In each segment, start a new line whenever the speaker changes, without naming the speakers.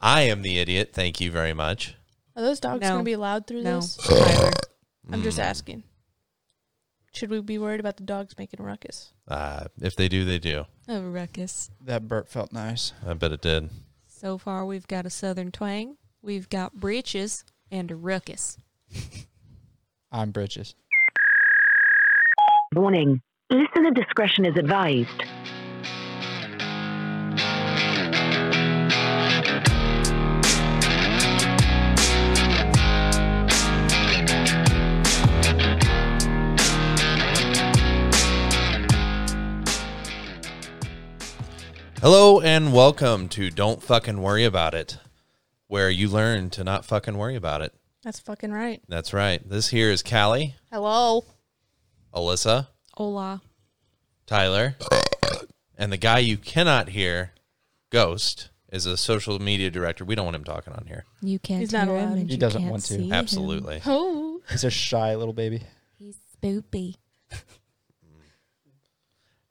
I am the idiot. Thank you very much.
Are those dogs
No.
going to be loud through
No.
this?
Tyler.
I'm just
Mm.
asking. Should we be worried about the dogs making a ruckus?
Uh, if they do, they do.
A ruckus.
That burp felt nice.
I bet it did.
So far, we've got a southern twang, we've got breeches, and a ruckus.
I'm Bridges.
Warning. Listener discretion is advised.
Hello and welcome to Don't Fucking Worry About It, where you learn to not fucking worry about it.
That's fucking right.
That's right. This here is Callie,
Hello.
Alyssa,
Hola.
Tyler, and the guy you cannot hear, Ghost, is a social media director. We don't want him talking on here.
You can't
He's not
hear him
allowed.
and
He
you
doesn't
can't
want to.
see him.
Absolutely.
Oh.
He's a shy little baby.
He's spoopy.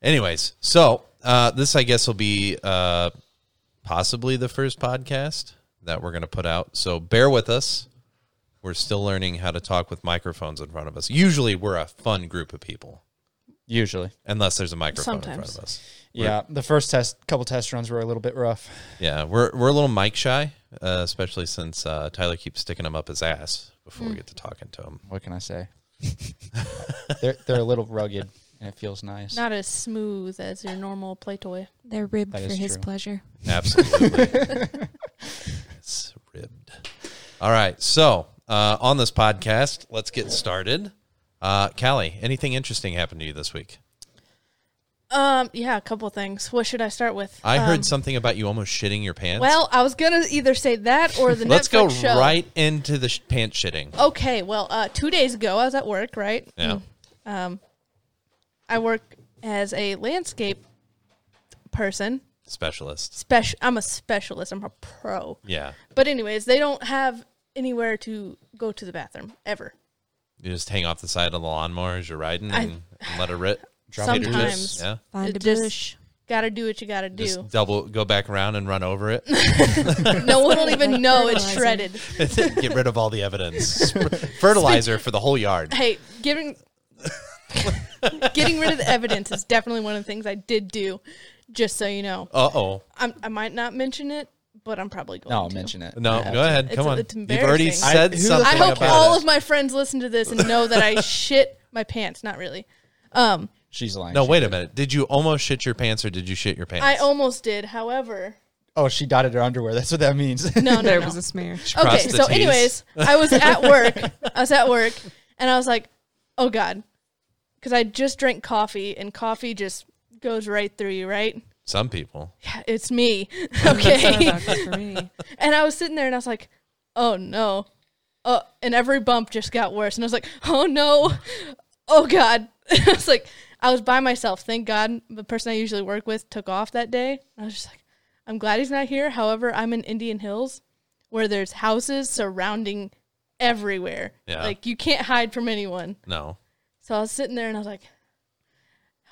Anyways, so uh, this I guess will be uh, possibly the first podcast that we're going to put out. So bear with us. We're still learning how to talk with microphones in front of us. Usually, we're a fun group of people,
Usually.
unless there's a microphone in front
Sometimes.
of us.
Yeah. The first test, couple test runs were a little bit rough.
Yeah, we're we're a little mic shy, uh, especially since uh, Tyler keeps sticking him up his ass before we get to talking to him.
What can I say? they're they're a little rugged, and it feels nice.
Not as smooth as your normal play toy.
They're ribbed
That
for
is
his
true.
pleasure.
Absolutely. it's ribbed. All right. So, uh, on this podcast, let's get started. Uh, Callie, anything interesting happened to you this week?
Um, yeah, a couple things. What should I start with?
I
Um,
heard something about you almost shitting your pants.
Well, I was gonna either say that or the
let's
Netflix
go
show.
right into the sh- pants shitting.
Okay, well, uh, two days ago I was at work, right? Hmm. Um,
Yeah.
I work as a landscape person.
Specialist.
Special. I'm a specialist. I'm a pro.
Yeah.
But anyways, they don't have anywhere to go to the bathroom ever.
You just hang off the side of the lawnmower as you're riding
I-
and, and let it rip.
Drop your
Sometimes.
Yeah.
Find
It
a
just-
bush.
Gotta do what you gotta do.
Just double go back around and run over it.
no one will even
Like
know it's
fertilizer.
shredded.
Get rid of all the evidence. Sp- Fertilizer for the whole yard.
Hey, giving getting rid of the evidence is definitely one of the things I did do. Just so you know,
Uh oh.
I'm, I might not mention it, but I'm probably going.
No, I'll
to.
mention it.
No,
I have
go
to.
ahead.
It's-
Come on.
it's
You've already
embarrassing.
said
I- who the
something
I hope
about
all
it.
of my friends listen to this and know that I shit my pants. Not really. Um,
She's lying.
no,
She-
wait a minute. Did you almost shit your pants or did you shit your pants?
I almost did. However,
Oh, she dotted her underwear. That's what that means.
no, no,
there
no.
was a smear.
okay.
Cross the
So,
T's.
anyways, I was at work. I was at work, and I was like, "Oh God," because I just drank coffee, and coffee just goes right through you, right?
Some people.
Yeah, it's me. Okay.
for me.
And I was sitting there and I was like, oh no. Uh, and every bump just got worse. And I was like, oh no. Oh God. I was like, I was by myself. Thank God the person I usually work with took off that day. I was just like, I'm glad he's not here. However, I'm in Indian Hills where there's houses surrounding everywhere.
Yeah.
Like you can't hide from anyone.
No.
So I was sitting there and I was like,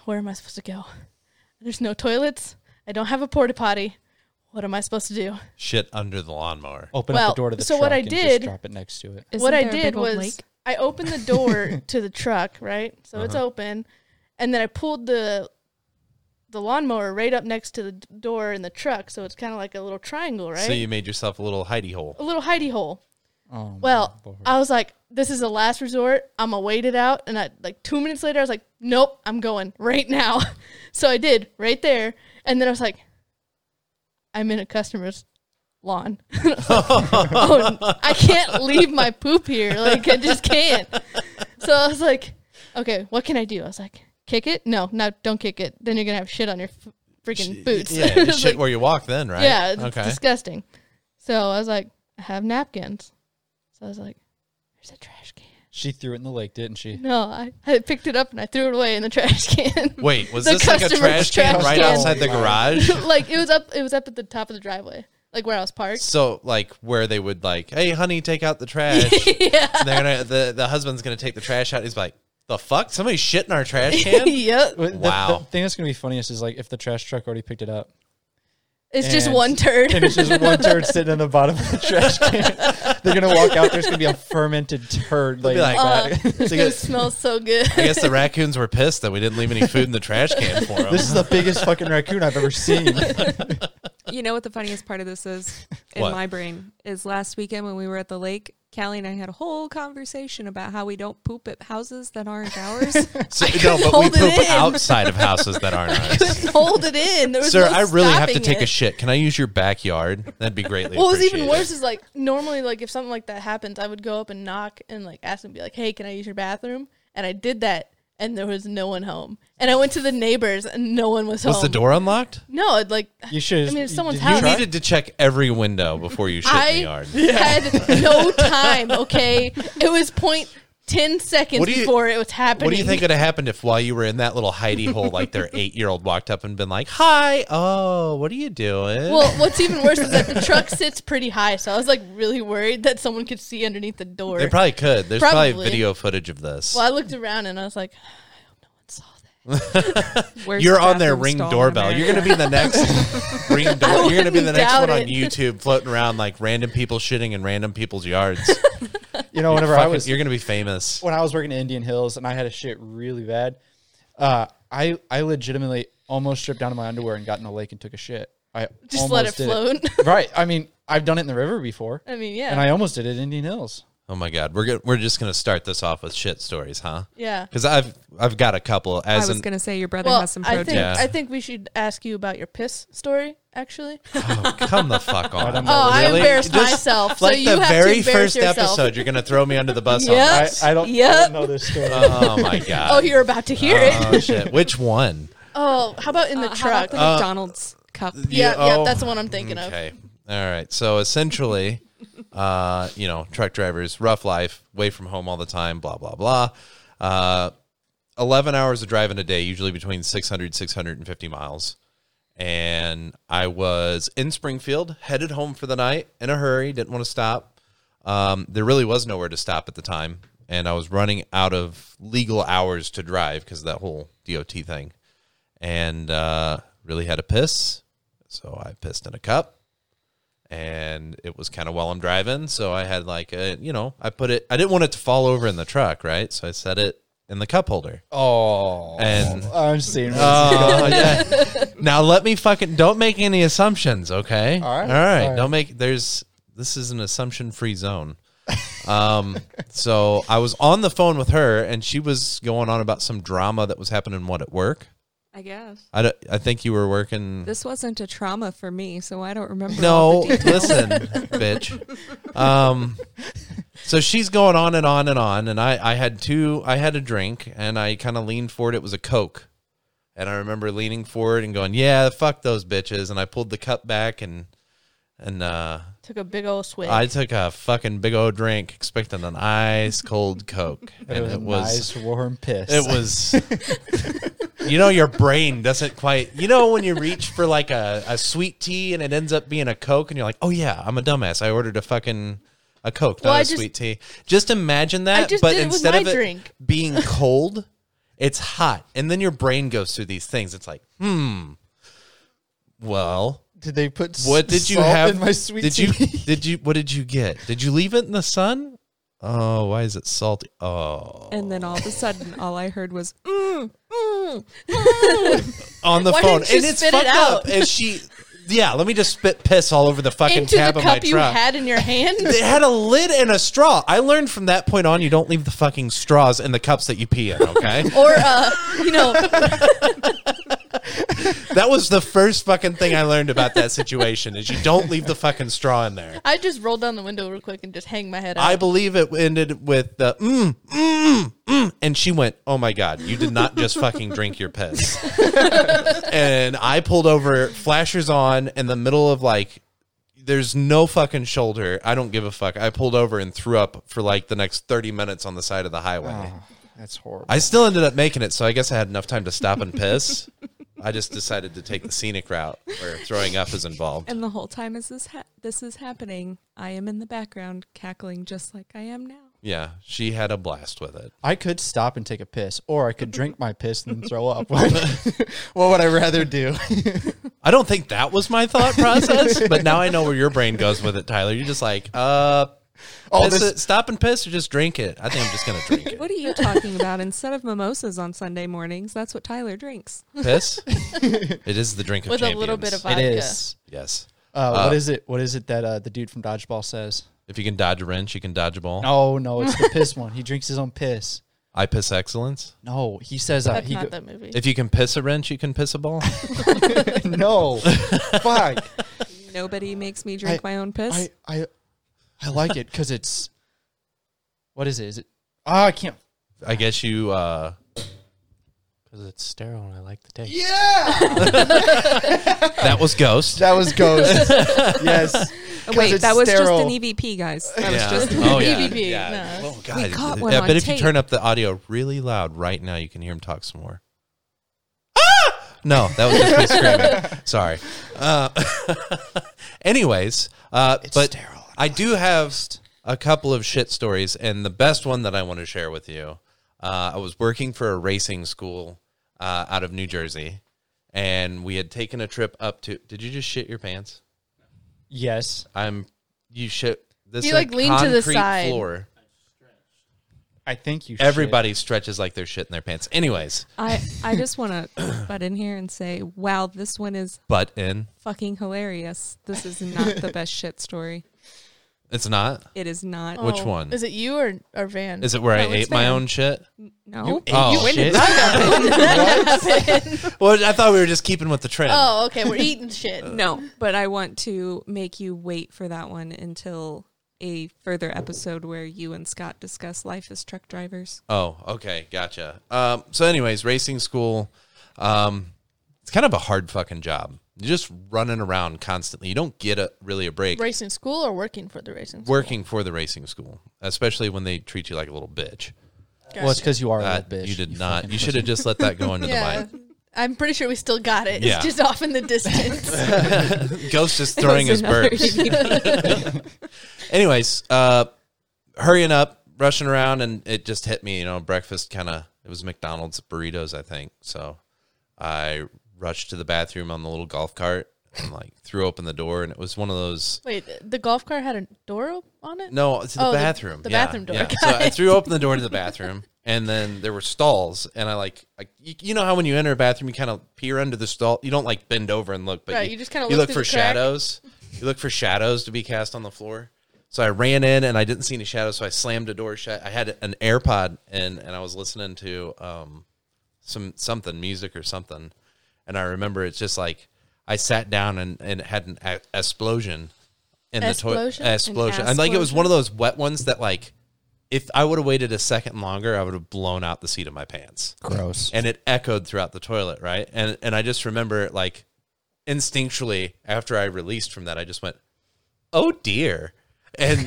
where am I supposed to go? There's no toilets. I don't have a porta potty. What am I supposed to do?
Shit under the lawnmower.
Open
Well,
up the door to the
so
truck
what I
and just
did-
drop it next to it.
Isn't
what I
there a
did
big old
was
lake?
I opened the door to the truck, right? So it's
Uh-huh.
open, and then I pulled the the lawnmower right up next to the d- door in the truck, so it's kind of like a little triangle, right?
So you made yourself a little hidey hole.
a little hidey hole.
Oh,
Well,
my Lord.
I was like, this is a last resort. I'm gonna wait it out. And I like two minutes later, I was like, nope, I'm going right now. so I did right there. And then I was like, I'm in a customer's lawn. I was like, oh, I can't leave my poop here. Like I just can't. So I was like, okay, what can I do? I was like, kick it? No, no, don't kick it. Then you're gonna have shit on your f- freaking boots.
Yeah,
I
you
was
shit
like,
where you walk then, right?
yeah, it's
Okay.
disgusting. So I was like, I have napkins. So I was like, there's a trash can.
she threw it in the lake, didn't she?
No, I, I picked it up and I threw it away in the trash can.
Wait, was
The
this like a trash
customer's
can
trash
right
can.
outside the garage?
like it was up it was up at the top of the driveway, like where I was parked.
so like where they would like, hey honey, take out the trash. And they're gonna the, the husband's gonna take the trash out. He's like, the fuck? Somebody's shit in our trash can?
yep.
Well, the-
Wow.
The, thing that's gonna be funniest is like if the trash truck already picked it up.
It's just
And-
one turd.
and it's just one turd sitting in the bottom of the trash can. They're gonna walk out. There's gonna be a fermented turd. Like,
be like,
Uh,
that.
So I
it
guess,
smells so good.
I guess the raccoons were pissed that we didn't leave any food in the trash can for them.
this is the biggest fucking raccoon I've ever seen.
You know what the funniest part of this is in
What?
my brain is last weekend when we were at the lake. Callie and I had a whole conversation about how we don't poop at houses that aren't ours.
So- no, but we
hold it
poop
in.
outside of houses that aren't ours.
Hold it in. There was
Sir,
no
I really have to
stopping
take
it.
a shit. Can I use your backyard? That'd be greatly.
What was even
appreciated.
worse is like normally like if something like that happens, I would go up and knock and like ask them be like, "Hey, can I use your bathroom?" And I did that, and there was no one home. And I went to the neighbors, and no one was home.
Was the door unlocked?
No, it like
You should.
I mean, it's someone's
did you
house.
You
Try.
needed to check every window before you shit in the
I
yard.
had no time. Okay, it was point ten seconds
What do you-
before it was happening.
What do you think would have happened if while you were in that little hidey hole, like their eight year old walked up and been like, Hi, oh, what are you doing?
Well, what's even worse is that the truck sits pretty high, so I was like really worried that someone could see underneath the door.
they probably could. There's probably,
Probably.
video footage of this.
well, I looked around and I was like,
Worst
You're on their
bathroom
ring
stall in
doorbell. You're going to
America.
be the next ring door. You're going to be the
wouldn't
next
doubt
one on
it.
YouTube floating around like random people shitting in random people's yards.
You know, whenever I
Fucking-
was
you're going to be famous.
when I was working in Indian Hills and I had a shit really bad, uh, I I legitimately almost stripped down to my underwear and got in the lake and took a shit. I
Just let
almost
it
did
float.
right. I mean, I've done it in the river before,
I mean, yeah,
and I almost did it in Indian Hills.
Oh my God. We're, go- we're just going to start this off with shit stories, huh?
yeah.
Because I've, I've got a couple.
I
As
was
an,
going to say your brother
Well,
has some
I
protein.
think
Yeah.
I think we should ask you about your piss story. Actually,
Oh, come the fuck on.
don't
oh, I embarrassed
Just
myself. so
Like
you
the
have
very
to embarrass
first
yourself.
episode, you're going to throw me under the bus on
Yep.
that.
I, I don't.
Yep.
I don't know this story.
Oh my God.
Oh, you're about to hear it.
Oh shit! Which one?
Oh, how about in the
Uh, how
truck?
about the McDonald's cup?
yeah,
Yeah, oh.
yeah, that's the one I'm thinking of.
Okay. All right. So essentially, uh, you know, truck drivers, rough life, away from home all the time, blah blah blah. Uh, Eleven hours of driving a day, usually between 600, 650 miles. And I was in Springfield, headed home for the night in a hurry, didn't want to stop. Um, there really was nowhere to stop at the time, and I was running out of legal hours to drive because of that whole DOT thing. and uh, really had a piss. So I pissed in a cup, and it was kind of while I'm driving. So I had like a, you know, I put it. I didn't want it to fall over in the truck, right? So I set it in the cup holder,
Oh,
and
I'm seeing. where this is
Oh, yeah. Now let me fucking don't make any assumptions, okay?
All
All
right.
right.
All right.
Don't make there's this is an assumption free zone. Um so I was on the phone with her and she was going on about some drama that was happening what at work.
I guess.
I, don't- I think you were working
This wasn't a trauma for me, so I don't remember.
no,
all the details.
listen, bitch. Um, so she's going on and on and on, and I, I had two, I had a drink, and I kind of leaned forward. It was a Coke, and I remember leaning forward and going, "Yeah, fuck those bitches," and I pulled the cup back and and uh,
Took a big old swig.
I took a fucking big old drink, expecting an ice cold Coke,
But
and
it was a nice warm piss.
it was. you know, your brain doesn't quite. You know, when you reach for like a, a sweet tea and it ends up being a Coke, and you're like, oh yeah, I'm a dumbass. I ordered a fucking a Coke,
Well,
not a
I just-
sweet tea. Just imagine that,
I just
but
did it with
instead
my
of it
drink.
being cold, it's hot, and then your brain goes through these things. It's like, hmm, well.
Did they put s-
What did you
salt
have?
in my sweet
did
tea?
you did you what did you get? Did you leave it in the sun? Oh, why is it salty? Oh,
And then all of a sudden, all I heard was, "Mm."
on the
Why
phone,
didn't you
and it's
spit
fucked
it
up.
out?
And she, yeah, let me just spit piss all over the fucking
Into
cab
the
of my
cup you
truck.
had in your hand.
it had a lid and a straw. I learned from that point on, you don't leave the fucking straws in the cups that you pee in. Okay,
or uh, you know,
that was the first fucking thing I learned about that situation: is you don't leave the fucking straw in there.
I just rolled down the window real quick and just hang my head out.
I believe it ended with the mm, mm, mm, and she went, "Oh my god, you did not just fucking drink your piss." and I pulled over, flashers on, in the middle of like, there's no fucking shoulder. I don't give a fuck. I pulled over and threw up for like the next thirty minutes on the side of the highway.
That's horrible.
I still ended up making it, so I guess I had enough time to stop and piss. I just decided to take the scenic route where throwing up is involved.
and the whole time as this ha- this is happening, I am in the background cackling just like I am now.
Yeah, she had a blast with it.
I could stop and take a piss, or I could drink my piss and then throw up. what would I rather do?
I don't think that was my thought process, but now I know where your brain goes with it, Tyler. You're just like, uh,
Oh,
piss
this-
it- stop and piss or just drink it. I think I'm just gonna drink it.
What are you talking about? Instead of mimosas on Sunday mornings, that's what Tyler drinks.
Piss. it is the drink of
With a little bit
champions.
of vodka.
It is.
Yes.
Uh, what is it? What is it that uh, the dude from Dodgeball says?
If you can dodge a wrench, you can dodge a ball.
No, no, it's the piss one. He drinks his own piss.
I piss excellence.
No, he says uh,
That's
he
not
go-
that movie.
If you can piss a wrench, you can piss a ball.
no. Fuck.
Nobody makes me drink
I-
my own piss.
I I I like it because it's what is it? Is it? Ah, I can't.
I guess you. uh because it's sterile and I like the taste.
Yeah,
That was Ghost.
that was Ghost. yes,
Oh, Wait,
it's
that was
sterile.
just an EVP, guys. That
Yeah.
was just
oh, yeah.
BBB,
yeah.
no.
Oh, God.
caught one
yeah,
on
but if
tape.
you turn up the audio really loud right now, you can hear him talk some more. Ah! No, that was just me screaming. Sorry. Uh, anyways, uh, but
sterile.
I do have a couple of shit stories, and the best one that I want to share with you. Uh, I was working for a racing school uh, out of New Jersey, and we had taken a trip up to. Did you just shit your pants?
yes.
I'm. You shit. This
You,
is
like,
a
leaned to the
concrete
side.
Floor.
I think you. should.
Everybody stretches like they're shit in their pants. Anyways,
I, I just want to butt in here and say, wow, this one is
butt in.
fucking hilarious. This is not the best shit story.
It's not.
It is not.
Which one?
Oh, Is it you or, or Van?
Is it where I
No, it's
ate my
fine.
own shit?
No.
oh shit! well, I thought we were just keeping with the trend.
oh, okay. We're eating shit.
Uh,
No, but I want to make you wait for that one until a further episode where you and Scott discuss life as truck drivers.
Oh, okay, gotcha. Um, so, anyways, racing school, um, it's kind of a hard fucking job. You're just running around constantly. You don't get a really a break
Racing school or working for the racing school?
working for the racing school, especially when they treat you like a little bitch.
Well, it's because you are
Uh,
a little bitch.
you did
fucking
not. You should
pussy.
have just let that go into
Yeah.
the mic.
I'm pretty sure we still got it.
Yeah.
It's just off in the distance.
Ghost is throwing
That was
his
another
burps.
EVP.
anyways, uh, hurrying up, rushing around, and it just hit me. You know, breakfast kind of it was McDonald's burritos, I think. So I rushed to the bathroom on the little golf cart and like threw open the door, and it was one of those.
Wait, the golf cart had a door op- on it?
No, to the
Oh, the-
bathroom.
the bathroom door. Got
So I
it.
threw open the door to the bathroom, and then there were stalls, and I like, I, you, you know how when you enter a bathroom, you kind of peer under the stall. You don't like bend over and look, but
Right, you just kinda
you look
look through
for
the crack.
shadows. You look for shadows to be cast on the floor. So I ran in and I didn't see any shadows, so I slammed the door shut. I had an AirPod in, and I was listening to um, some something music or something, and I remember it's just like I sat down and, and it had an a- explosion in
Explosion?
the toilet.
An
Explosion. And like it was one of those wet ones that like if I would have waited a second longer, I would have blown out the seat of my pants.
Gross.
And it echoed throughout the toilet, right? And and I just remember like instinctually after I released from that, I just went, "Oh dear." And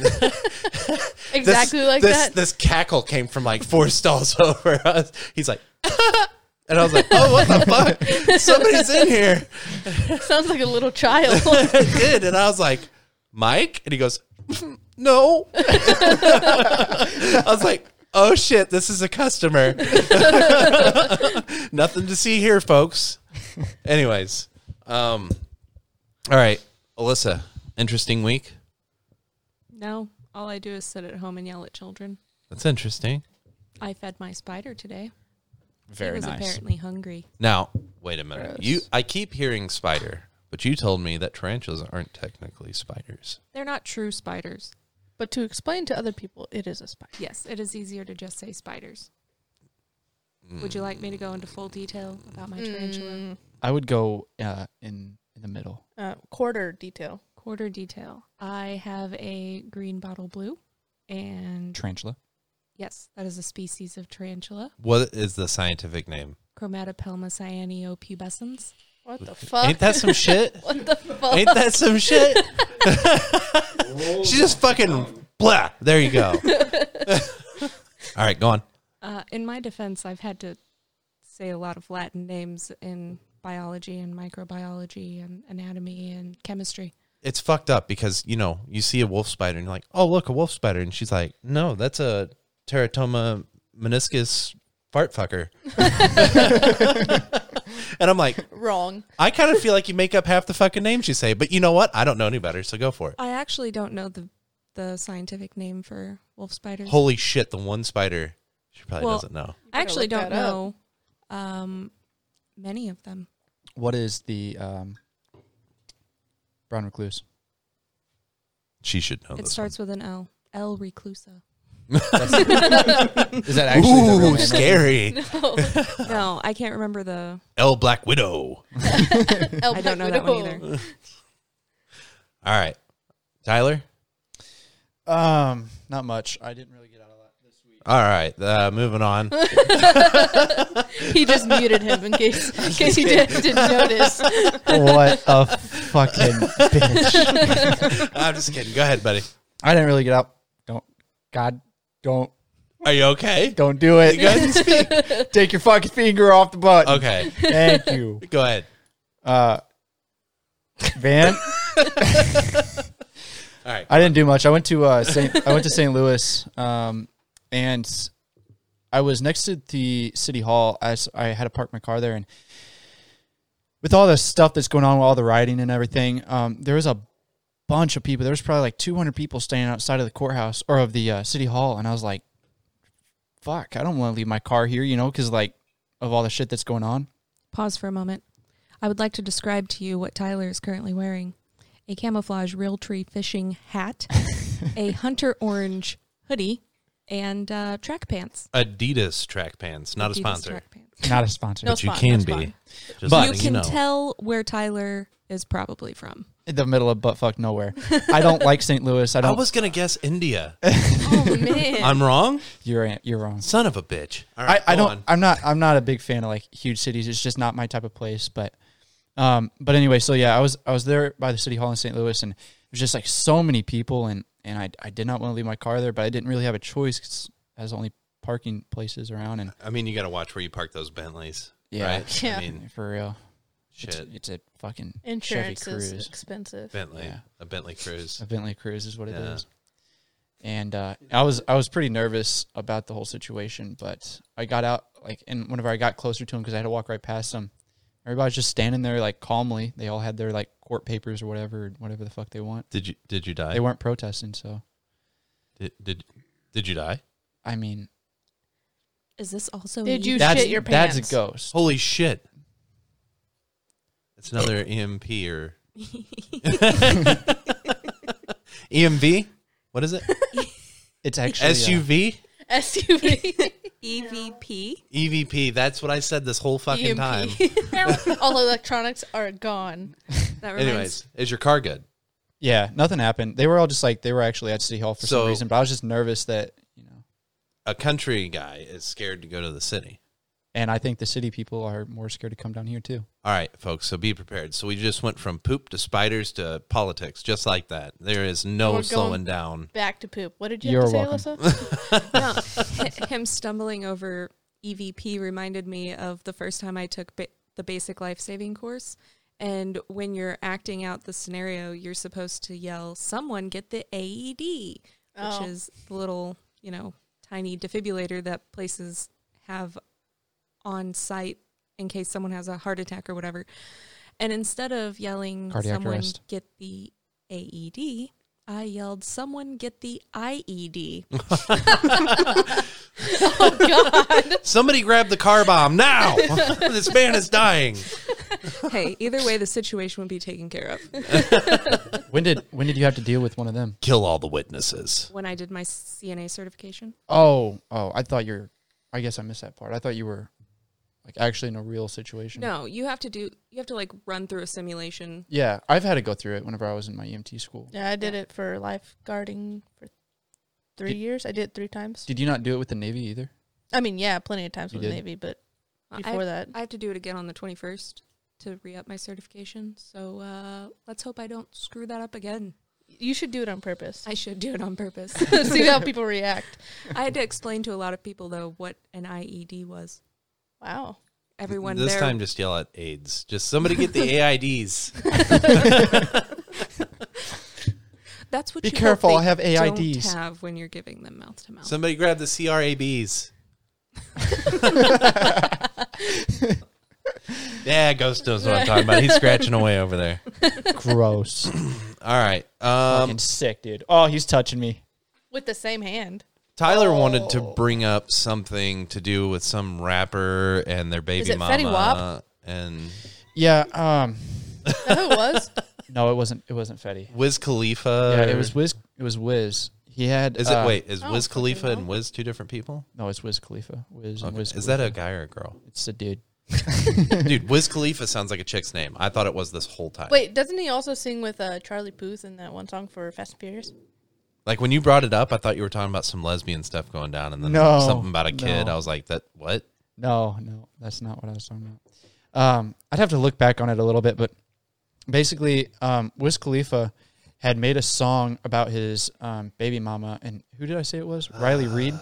Exactly
this,
like
this,
that.
This cackle came from like four stalls over us. He's like, and I was like, "Oh, what the fuck? Somebody's in here."
Sounds like a little child.
It did, and I was like, "Mike," and he goes, "Mm, "No." I was like, "Oh shit, this is a customer." Nothing to see here, folks. Anyways, um, all right, Alyssa, interesting week.
no, all I do is sit at home and yell at children.
That's interesting.
I fed my spider today. he
Very
was
nice.
apparently hungry.
Now, wait a minute. You, I keep hearing spider, but you told me that tarantulas aren't technically spiders.
They're not true spiders.
but to explain to other people, it is a spider.
Yes, it is easier to just say spiders. Would you like me to go into full detail about my tarantula?
I would go uh, in in the middle.
Uh, quarter detail.
Quarter detail. I have a green bottle blue, and
Tarantula.
yes, that is a species of tarantula,
What is the scientific name?
Chromatopelma cyaneo
What the fuck?
Ain't that some shit?
what the fuck?
Ain't that some shit? she just fucking blah. There you go. All right, go on.
Uh, in my defense, I've had to say a lot of Latin names in biology and microbiology and anatomy and chemistry.
It's fucked up because you know you see a wolf spider and you're like, oh look, a wolf spider, and she's like, no, that's a teratoma meniscus fart fucker. And I'm like,
Wrong.
I kind of feel like you make up half the fucking names you say, but you know what? I don't know any better, so go for it.
I actually don't know the the scientific name for wolf spiders.
Holy shit, the one spider she probably
Well-
doesn't know.
I actually
Gotta look
don't
that up.
know um, many of them.
What is the um, brown recluse?
She should
Oh,
know
it
this.
starts with an L. L reclusa.
Is that
one.
actually the real
Ooh,
name?
scary.
no, I can't remember the.
El Black Widow.
El
I don't know that one
Pacudo.
either.
All right. Tyler?
Um, not much. I didn't really get out of that this week.
All right. Uh, moving on.
He just muted him in case in case he did, didn't notice.
what a fucking bitch!
I'm just kidding. Go ahead, buddy.
I didn't really get out. Don't, God, don't,
Are you okay?
don't do
You guys
it.
can speak.
Take your fucking finger off the button.
Okay.
Thank you.
Go ahead.
Uh, Van,
All right.
I didn't do much. I went to uh, Saint, I went to St. Louis, um, and I was next to the city hall. As I had to park my car there, and with all the stuff that's going on, with all the rioting and everything, um, there was a bunch of people. There was probably like 200 people standing outside of the courthouse or of the uh, city hall, and I was like, "Fuck, I don't want to leave my car here," you know, because like of all the shit that's going on.
Pause for a moment. I would like to describe to you what Tyler is currently wearing: a camouflage realtree fishing hat, a hunter orange hoodie, and uh, track pants.
Adidas track pants, not a
Adidas
sponsor.
track pants.
Not a sponsor.
No
but you
spon-
can
no
be.
spon-
Just
But-
letting
you
you
can
know.
tell where Tyler is probably from.
in the middle of butt fuck nowhere. I don't like St. Louis. I
I
don't.
was gonna guess India.
Oh man.
I'm wrong.
you're you're wrong.
Son of a bitch. All
I,
right,
I
go
don't.
on.
I'm not. I'm not a big fan of like huge cities. It's just not my type of place. But, um. But anyway, so yeah, I was I was there by the city hall in St. Louis, and there's just like so many people, and and I I did not want to leave my car there, but I didn't really have a choice 'cause I was only parking places around, and
I mean, you got to watch where you park those Bentleys.
Yeah.
Right? I
Yeah.
mean,
for real,
shit.
it's, it's a fucking
Insurance
Chevy
is
Cruise.
expensive.
Bentley.
Yeah.
A Bentley Cruise.
A Bentley Cruise is what it is.
Yeah.
And uh, I was I was pretty nervous about the whole situation, but I got out like and whenever I got closer to him because I had to walk right past him, everybody was just standing there like calmly. They all had their like court papers or whatever, whatever the fuck they want.
Did you did you
They
die?
weren't protesting, so
Did, did did you die?
I mean
Is this also?
Did
you?
you
that's
shit your pants?
that's a ghost.
Holy shit! It's another EMP or E EMV. What is it?
It's actually uh,
SUV.
SUV.
E EVP?
EVP. E That's what I said this whole
E
fucking time.
EMP. All electronics are gone.
That reminds
Anyways, is your car good?
yeah, nothing happened. They were all just like they were actually at City Hall for
So-
some reason, but I was just nervous that you know.
A country guy is scared to go to the city.
And I think the city people are more scared to come down here too.
All right, folks. So be prepared. So we just went from poop to spiders to politics, just like that. There is no
We're going-
slowing down.
Back to poop. What did you
You're
have to
welcome.
say, Alyssa?
No, hi- him stumbling over EVP reminded me of the first time I took ba- the basic life saving course. And when you're acting out the scenario, you're supposed to yell, "Someone get the AED,"
Oh.
which is the little, you know, tiny defibrillator that places have on site in case someone has a heart attack or whatever. And instead of yelling,
Cardiac
"Someone
arrest.
get the AED," I yelled, "Someone get the E IED."
Somebody grab the car bomb now! this man is dying.
hey, either way, the situation would be taken care of.
When did when did you have to deal with one of them?
Kill all the witnesses.
When I did my CNA certification,
Oh, oh, I thought you're. I guess I missed that part. I thought you were, like, actually in a real situation.
no, you have to do, you have to like run through a simulation.
Yeah, I've had to go through it whenever I was in my EMT school.
yeah, I did it for lifeguarding for three
Did-
years. I did it three times.
Did you not do it with the Navy either?
I mean, yeah, plenty of times
You
with the
did?
Navy, but
I-
before that,
I have to do it again on the 21st to re up my certification. So uh, let's hope I don't screw that up again.
you should do it on purpose.
I should do it on purpose.
See how people react.
I had to explain to a lot of people, though, what an IED was.
Wow.
Everyone
this
there.
time, just yell at AIDS. Just somebody get the AIDs.
that's what
Be
you hope
careful,
they
I have
don't
AIDs.
have when you're giving them mouth to mouth.
Somebody grab the CRABs. Yeah, Ghost knows what I'm talking about. He's scratching away over there.
Gross.
All right.
Fucking
Um,
sick, dude. Oh, he's touching me.
with the same hand.
Tyler wanted
Oh.
to bring up something to do with some rapper and their baby
it
mama.
Fetty Wap?
And
Yeah. Um.
Is that who it was?
No, it wasn't. It wasn't Fetty.
Wiz Khalifa.
yeah,
or-
it was Wiz. It was Wiz. He had.
Is it
uh,
wait? Is
I
Wiz
don't fucking
Khalifa and
know.
Wiz two different people?
No, it's Wiz Khalifa. Wiz. and
Okay.
Wiz
Is that a guy or a girl?
It's a dude.
Dude, Wiz Khalifa sounds like a chick's name. I thought it was this whole time.
Wait, doesn't he also sing with uh, Charlie Puth in that one song for Fast and Furious?
Like when you brought it up, I thought you were talking about some lesbian stuff going down, and then
No,
something about a kid.
no.
I was like, that what?
No, no, that's not what I was talking about. Um, I'd have to look back on it a little bit, but basically, um, Wiz Khalifa had made a song about his um, baby mama, and who did I say it was? Riley Reed,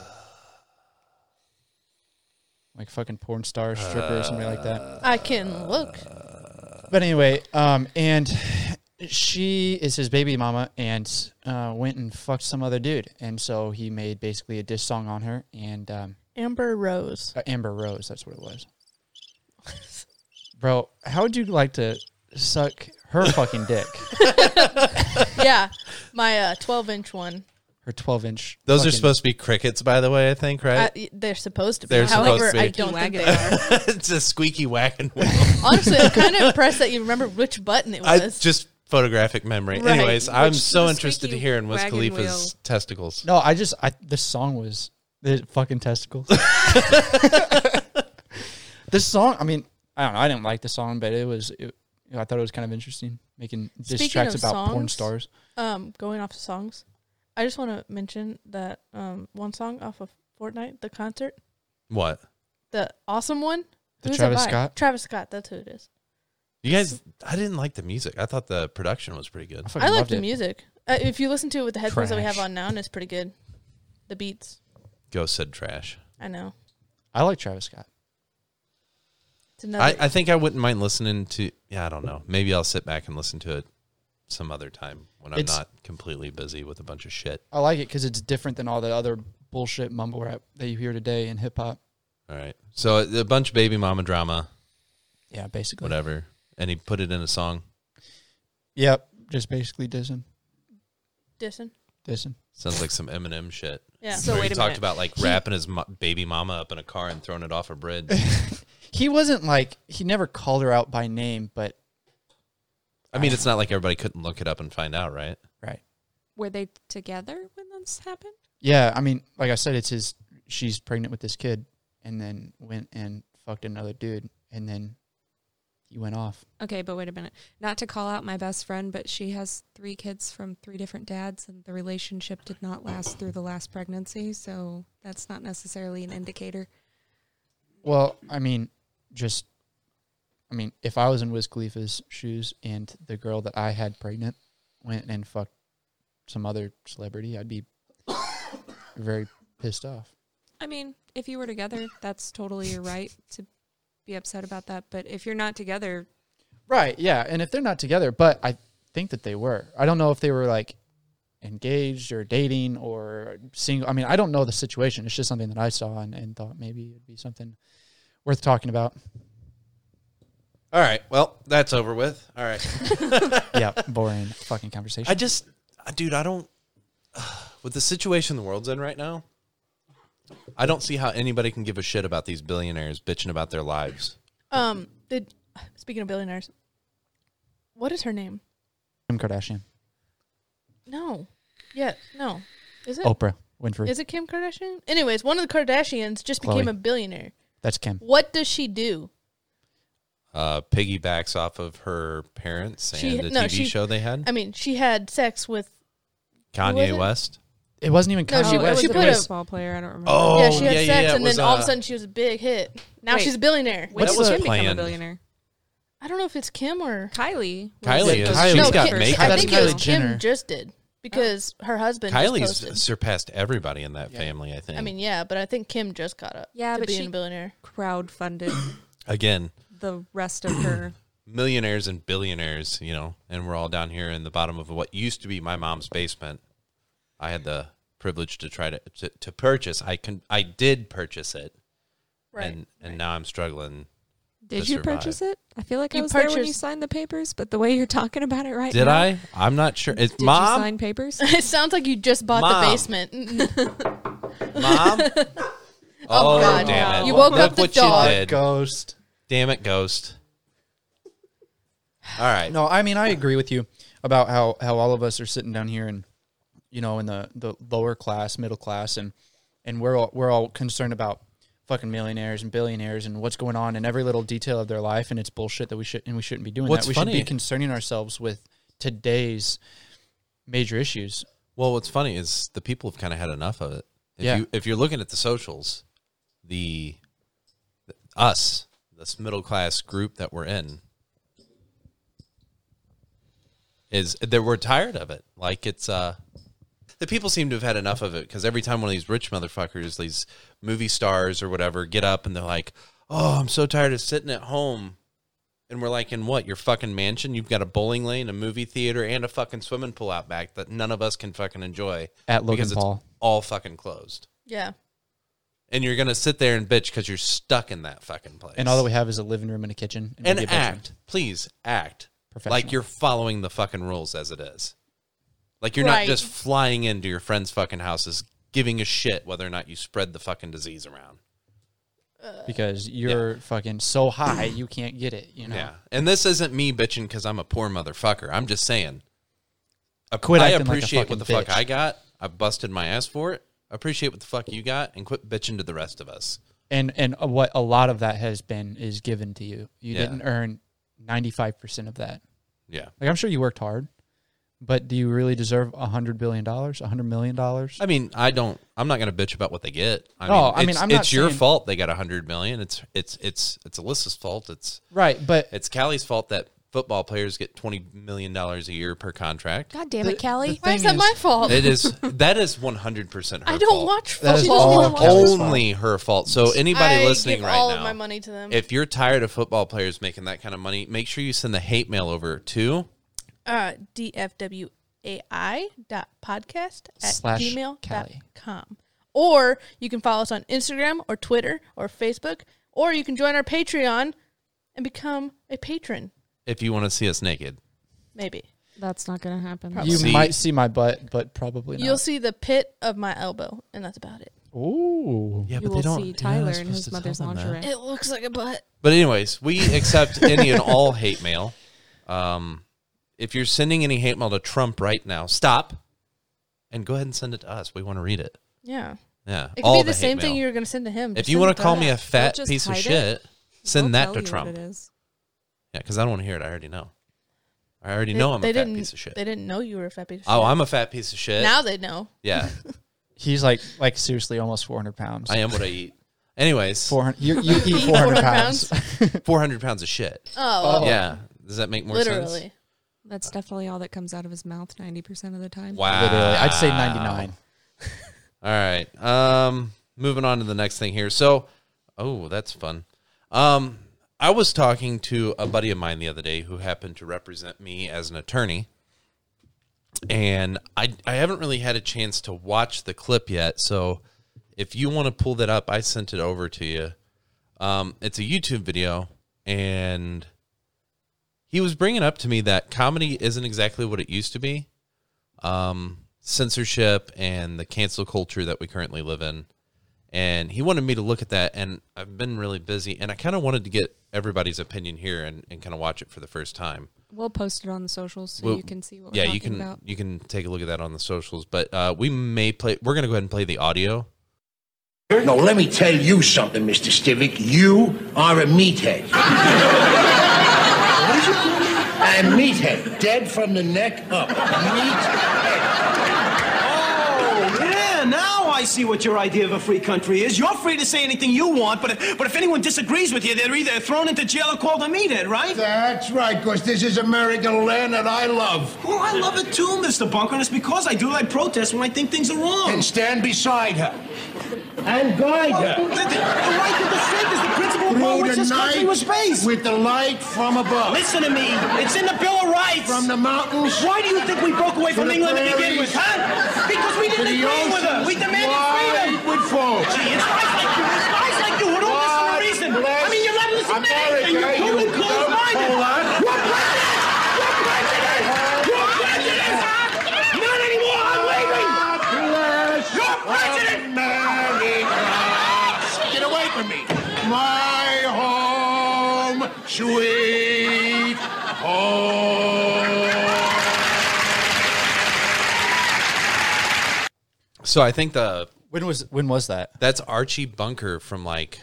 like fucking porn star, stripper, or somebody like that.
I can look.
But anyway, um, and she is his baby mama, and uh, went and fucked some other dude, and so he made basically a diss song on her, and um,
Amber Rose.
uh, Amber Rose. That's what it was. Bro, how would you like to suck her fucking dick?
yeah, my uh, 12 inch one.
Her twelve inch.
Those are supposed to be crickets, by the way. I think right.
I, they're supposed to be.
They're supposed
However,
to be.
I don't think they are.
Wagon.
it's a squeaky wagon wheel.
Honestly, I'm kind of impressed that you remember which button it
I
was.
just photographic memory.
Right.
Anyways, I'm
Which-
so
the
interested to
squeaky
hear in Wiz
wagon
Khalifa's
wheel.
testicles.
No, I just I this song was the fucking testicles. this song, I mean, I don't know, I didn't like the song, but it was it, you know, I thought it was kind of interesting making diss
Speaking
tracks
of
about porn
songs,
stars.
um, going off songs, I just want to mention that um, one song off of Fortnite, the concert,
What?
the awesome one.
The
Who's it
Travis
by?
Scott?
Travis Scott. That's who it is.
You guys, I didn't like the music. I thought the production was pretty good.
fucking
I like
loved
the
it.
music. Uh, if you listen to it with the headphones that we have
Trash.
on now, and it's pretty good. The beats.
Ghost said trash.
I know.
I like Travis Scott.
It's another.
I, I think I wouldn't mind listening to. Yeah, I don't know. Maybe I'll sit back and listen to it some other time when I'm
It's-
not completely busy with a bunch of shit.
I like it because it's different than all the other bullshit mumble rap that you hear today in hip hop.
All right. So a a bunch of baby mama drama,
Yeah, basically.
whatever, and he put it in a song.
Yep, just basically dissing,
dissing.
dissing.
Sounds like some Eminem shit.
Yeah.
So
Where he
wait a
talked
minute.
about like wrapping his mo- baby mama up in a car and throwing it off a bridge.
He wasn't like he never called her out by name, but
I mean, it's not like everybody couldn't look it up and find out, right?
right.
Were they together when this happened?
Yeah, I mean, like I said, it's his. She's pregnant with this kid, and then went and fucked another dude, and then he went off.
Okay, but wait a minute. Not to call out my best friend, but she has three kids from three different dads, and the relationship did not last through the last pregnancy. So that's not necessarily an indicator.
Well, I mean, just, I mean, if I was in Wiz Khalifa's shoes and the girl that I had pregnant went and fucked some other celebrity, I'd be very pissed off.
I mean, if you were together, that's totally your right to be upset about that. But if you're not together,
Right, yeah. And if they're not together, but I think that they were. I don't know if they were like engaged or dating or single. I mean, I don't know the situation. It's just something that I saw and, and thought maybe it'd be something worth talking about.
All right. Well, that's over with. All right.
yeah, boring fucking conversation.
I just, I- dude, I don't. With the situation the world's in right now, I don't see how anybody can give a shit about these billionaires bitching about their lives.
Um. Did speaking of billionaires, what is her name?
Kim Kardashian,
No. Yeah. No. Is it?
Oprah Winfrey.
Is it Kim Kardashian? Anyways, one of the Kardashians just
Khloe.
became a billionaire.
That's Kim.
What does she do?
Uh, piggybacks off of her parents and
She-
the
no,
TV
she-
show they had.
I mean, she had sex with was
Kanye
it?
West.
It wasn't even
No,
Kanye
she-
oh, it
West.
was
she
a
put a-
baseball player. I don't remember.
Oh,
yeah, she had
yeah,
sex,
yeah, it
and then
was,
all of
uh,
a sudden she was a big hit. Now
Wait.
she's a billionaire.
when
What's
did
the
Kim become
plan?
a billionaire?
I don't know if it's Kim or
Kylie. was
Kylie
the
is.
first
She's
no.
one
got
Kim,
makeup.
I think it was
Kylie Jenner.
Kim just did because her husband.
Kylie's
just posted.
surpassed everybody in that family, I think.
I mean, yeah, but I think Kim just caught up.
Yeah,
to
but
being
she-
a billionaire.
crowdfunded
again,
the rest of her.
millionaires and billionaires, you know, and we're all down here in the bottom of what used to be my mom's basement. I had the privilege to try to to, to purchase. I can I did purchase it,
Right.
and and now I'm struggling
Did
to
you
survive.
purchase it? I feel like I
You
was there when you
purchased-
signed the papers, but the way you're talking about it right
Did
now,
I? I'm not sure. It's
Did you
mom.
sign papers?
It sounds like you just bought
Mom.
the basement. Mm-mm.
Mom. oh,
Oh, God.
damn it!
You woke
Look
up the
what
dog.
You did.
Ghost.
Damn it, ghost. All right.
No, I mean I agree with you about how how all of us are sitting down here and you know in the the lower class, middle class, and and we're all, we're all concerned about fucking millionaires and billionaires and what's going on in every little detail of their life, and it's bullshit that we should and we shouldn't be doing
What's
that. We should
funny-
be concerning ourselves with today's major issues.
Well, what's funny is the people have kind of had enough of it. If
Yeah.
you if you're looking at the socials, the us, this middle class group that we're in is that we're tired of it. Like it's uh the people seem to have had enough of it because every time one of these rich motherfuckers, these movie stars or whatever, get up and they're like, "Oh, I'm so tired of sitting at home." And we're like, "In what? Your fucking mansion? You've got a bowling lane, a movie theater, and a fucking swimming pool out back that none of us can fucking enjoy
At Logan
because
Paul.
it's all fucking closed."
yeah.
And you're gonna sit there and bitch because you're stuck in that fucking place.
And all that we have is a living room and a kitchen
and
maybe a bedroom.
act, please act like
Professional.
you're following the fucking rules as it is. Like you're not
Right.
just flying into your friend's fucking houses, giving a shit whether or not you spread the fucking disease around.
because you're fucking so high you can't get it. You know,
Yeah, and this isn't me bitching because I'm a poor motherfucker. I'm just saying. I-
Quit
I
acting like a
appreciate what the
fucking
fuck
bitch.
I got. I busted my ass for it. Appreciate what the fuck you got, and quit bitching to the rest of us.
and and what a lot of that has been is given to you. You
Yeah.
didn't earn ninety five percent of that.
Yeah,
Like I'm sure you worked hard, but do you really deserve a hundred billion dollars, a hundred million dollars?
I mean, I don't. I'm not gonna bitch about what they get. I
No, Oh, I mean,
it's,
I'm not
it's your
saying-
fault they got a hundred million. It's it's it's it's Alyssa's fault. It's
Right, but
It's Callie's fault that football players get twenty million dollars a year per contract.
God damn it, Callie.
Why is that
is-
my fault?
It is that is one hundred percent.
I don't watch
That is
football.
all Callie's fault.
only her fault. So anybody
I
listening
give
right
all
now,
of my money to them.
if you're tired of football players making that kind of money, make sure you send the hate mail over to
uh, dfwai dot podcast at
Slash
gmail dot
Cali.
com, or you can follow us on instagram or twitter or facebook or you can join our patreon and become a patron
if you want to see us naked.
maybe
That's not going to happen.
you
See-
might see my butt, but probably
you'll
not.
see the pit of my elbow and that's about it
Ooh,
Yeah,
you will see Tyler in his mother's lingerie.
it looks like a butt
But anyways, we accept any and all hate mail. Um, if you're sending any hate mail to Trump right now, stop and go ahead and send it to us. We want to read it.
yeah
Yeah,
it could
all
be the, same
hate
thing
mail.
you were going to send to him
If
Just
you
send
want
it
to call
us.
me a fat
just
piece of
hide it.
shit, send
I'll
that
tell
to
you what
Trump.
it
Yeah,
is.
because I don't want to hear it. I already know. I already
They-
know I'm
they
a fat
didn't-
piece of shit.
they didn't know you were a fat piece of
Oh,
shit
I'm a fat piece of shit.
now they know
yeah,
he's like like seriously almost four hundred pounds.
I am what I eat. Anyways,
Four hundred. You, you eat
eat
four hundred
400
pounds.
four hundred pounds of shit.
oh, well,
Yeah, does that make more
literally
sense?
That's definitely all that comes out of his mouth 90% of the time.
uh, Wow,
Literally, I'd say ninety nine.
All right. Um, moving on to the next thing here. So, oh, that's fun. Um, I was talking to a buddy of mine the other day who happened to represent me as an attorney, and I I haven't really had a chance to watch the clip yet. So, if you want to pull that up, I sent it over to you. Um, it's a YouTube video, and he was bringing up to me that comedy isn't exactly what it used to be um, censorship and the cancel culture that we currently live in. And he wanted me to look at that, and I've been really busy, and I kind of wanted to get everybody's opinion here and, and kind of watch it for the first time.
We'll post it on the socials so
Well,
you can see what
yeah,
we're talking
you can
about.
you can take a look at that on the socials, but uh, we may play. We're gonna go ahead and play the audio.
No, let me tell you something, Mr. Stivic. You are a meathead. what did you call me? A meathead. Dead from the neck up. Meathead.
Oh, yeah, now I see what your idea of a free country is. You're free to say anything you want, but if, but if anyone disagrees with you, they're either thrown into jail or called a meathead, right?
That's right, because this is American land that I love.
Well, Oh, I love it too, Mr. Bunker, and it's because I do I protest when I think things are wrong.
And stand beside her. And guide
Well, the, the,
her.
the right to dissent is the principle upon
Through
which
the
this country was
night
based.
with the light from above.
Listen to me. It's in the Bill of Rights.
From the mountains.
Why do you think we broke away
To
from
the
England to begin
prairies.
with, huh? Because we
To
didn't
the
agree with her.
oceans
We demanded
wide
freedom.
would fall.
Gee, it's guys like you. It's guys like you who don't listen to reason. I mean, you're not listening to anything.
America.
You
Sweet home.
So I think the
When was when was that?
that's Archie Bunker from like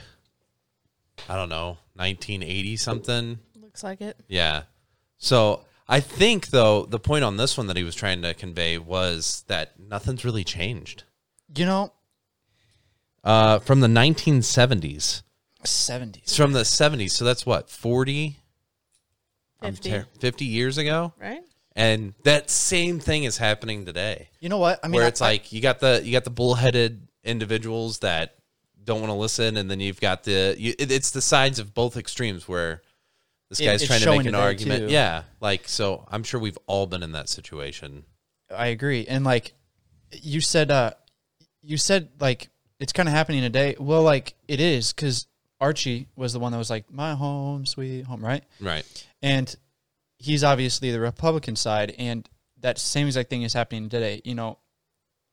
I don't know, 1980 something.
Looks like it.
Yeah. So I think though the point on this one that he was trying to convey was that nothing's really changed
You know,
uh, from the 1970s.
seventies.
It's from the 70s, so that's what 40 I'm
50,
ter- 50 years ago,
right?
and that same thing is happening today.
You know what? I mean,
where
I-
it's like you got the you got the bullheaded individuals that don't want to listen, and then you've got the you, it, it's the sides of both extremes where this
It-
guy's
it's
trying to make
showing
an
today,
argument.
too.
Yeah, like so, I'm sure we've all been in that situation.
I agree. And like you said, uh, you said like it's kind of happening today. Well, like it is because Archie was the one that was like my home, sweet home, right?
Right.
And he's obviously the Republican side, and that same exact thing is happening today. You know,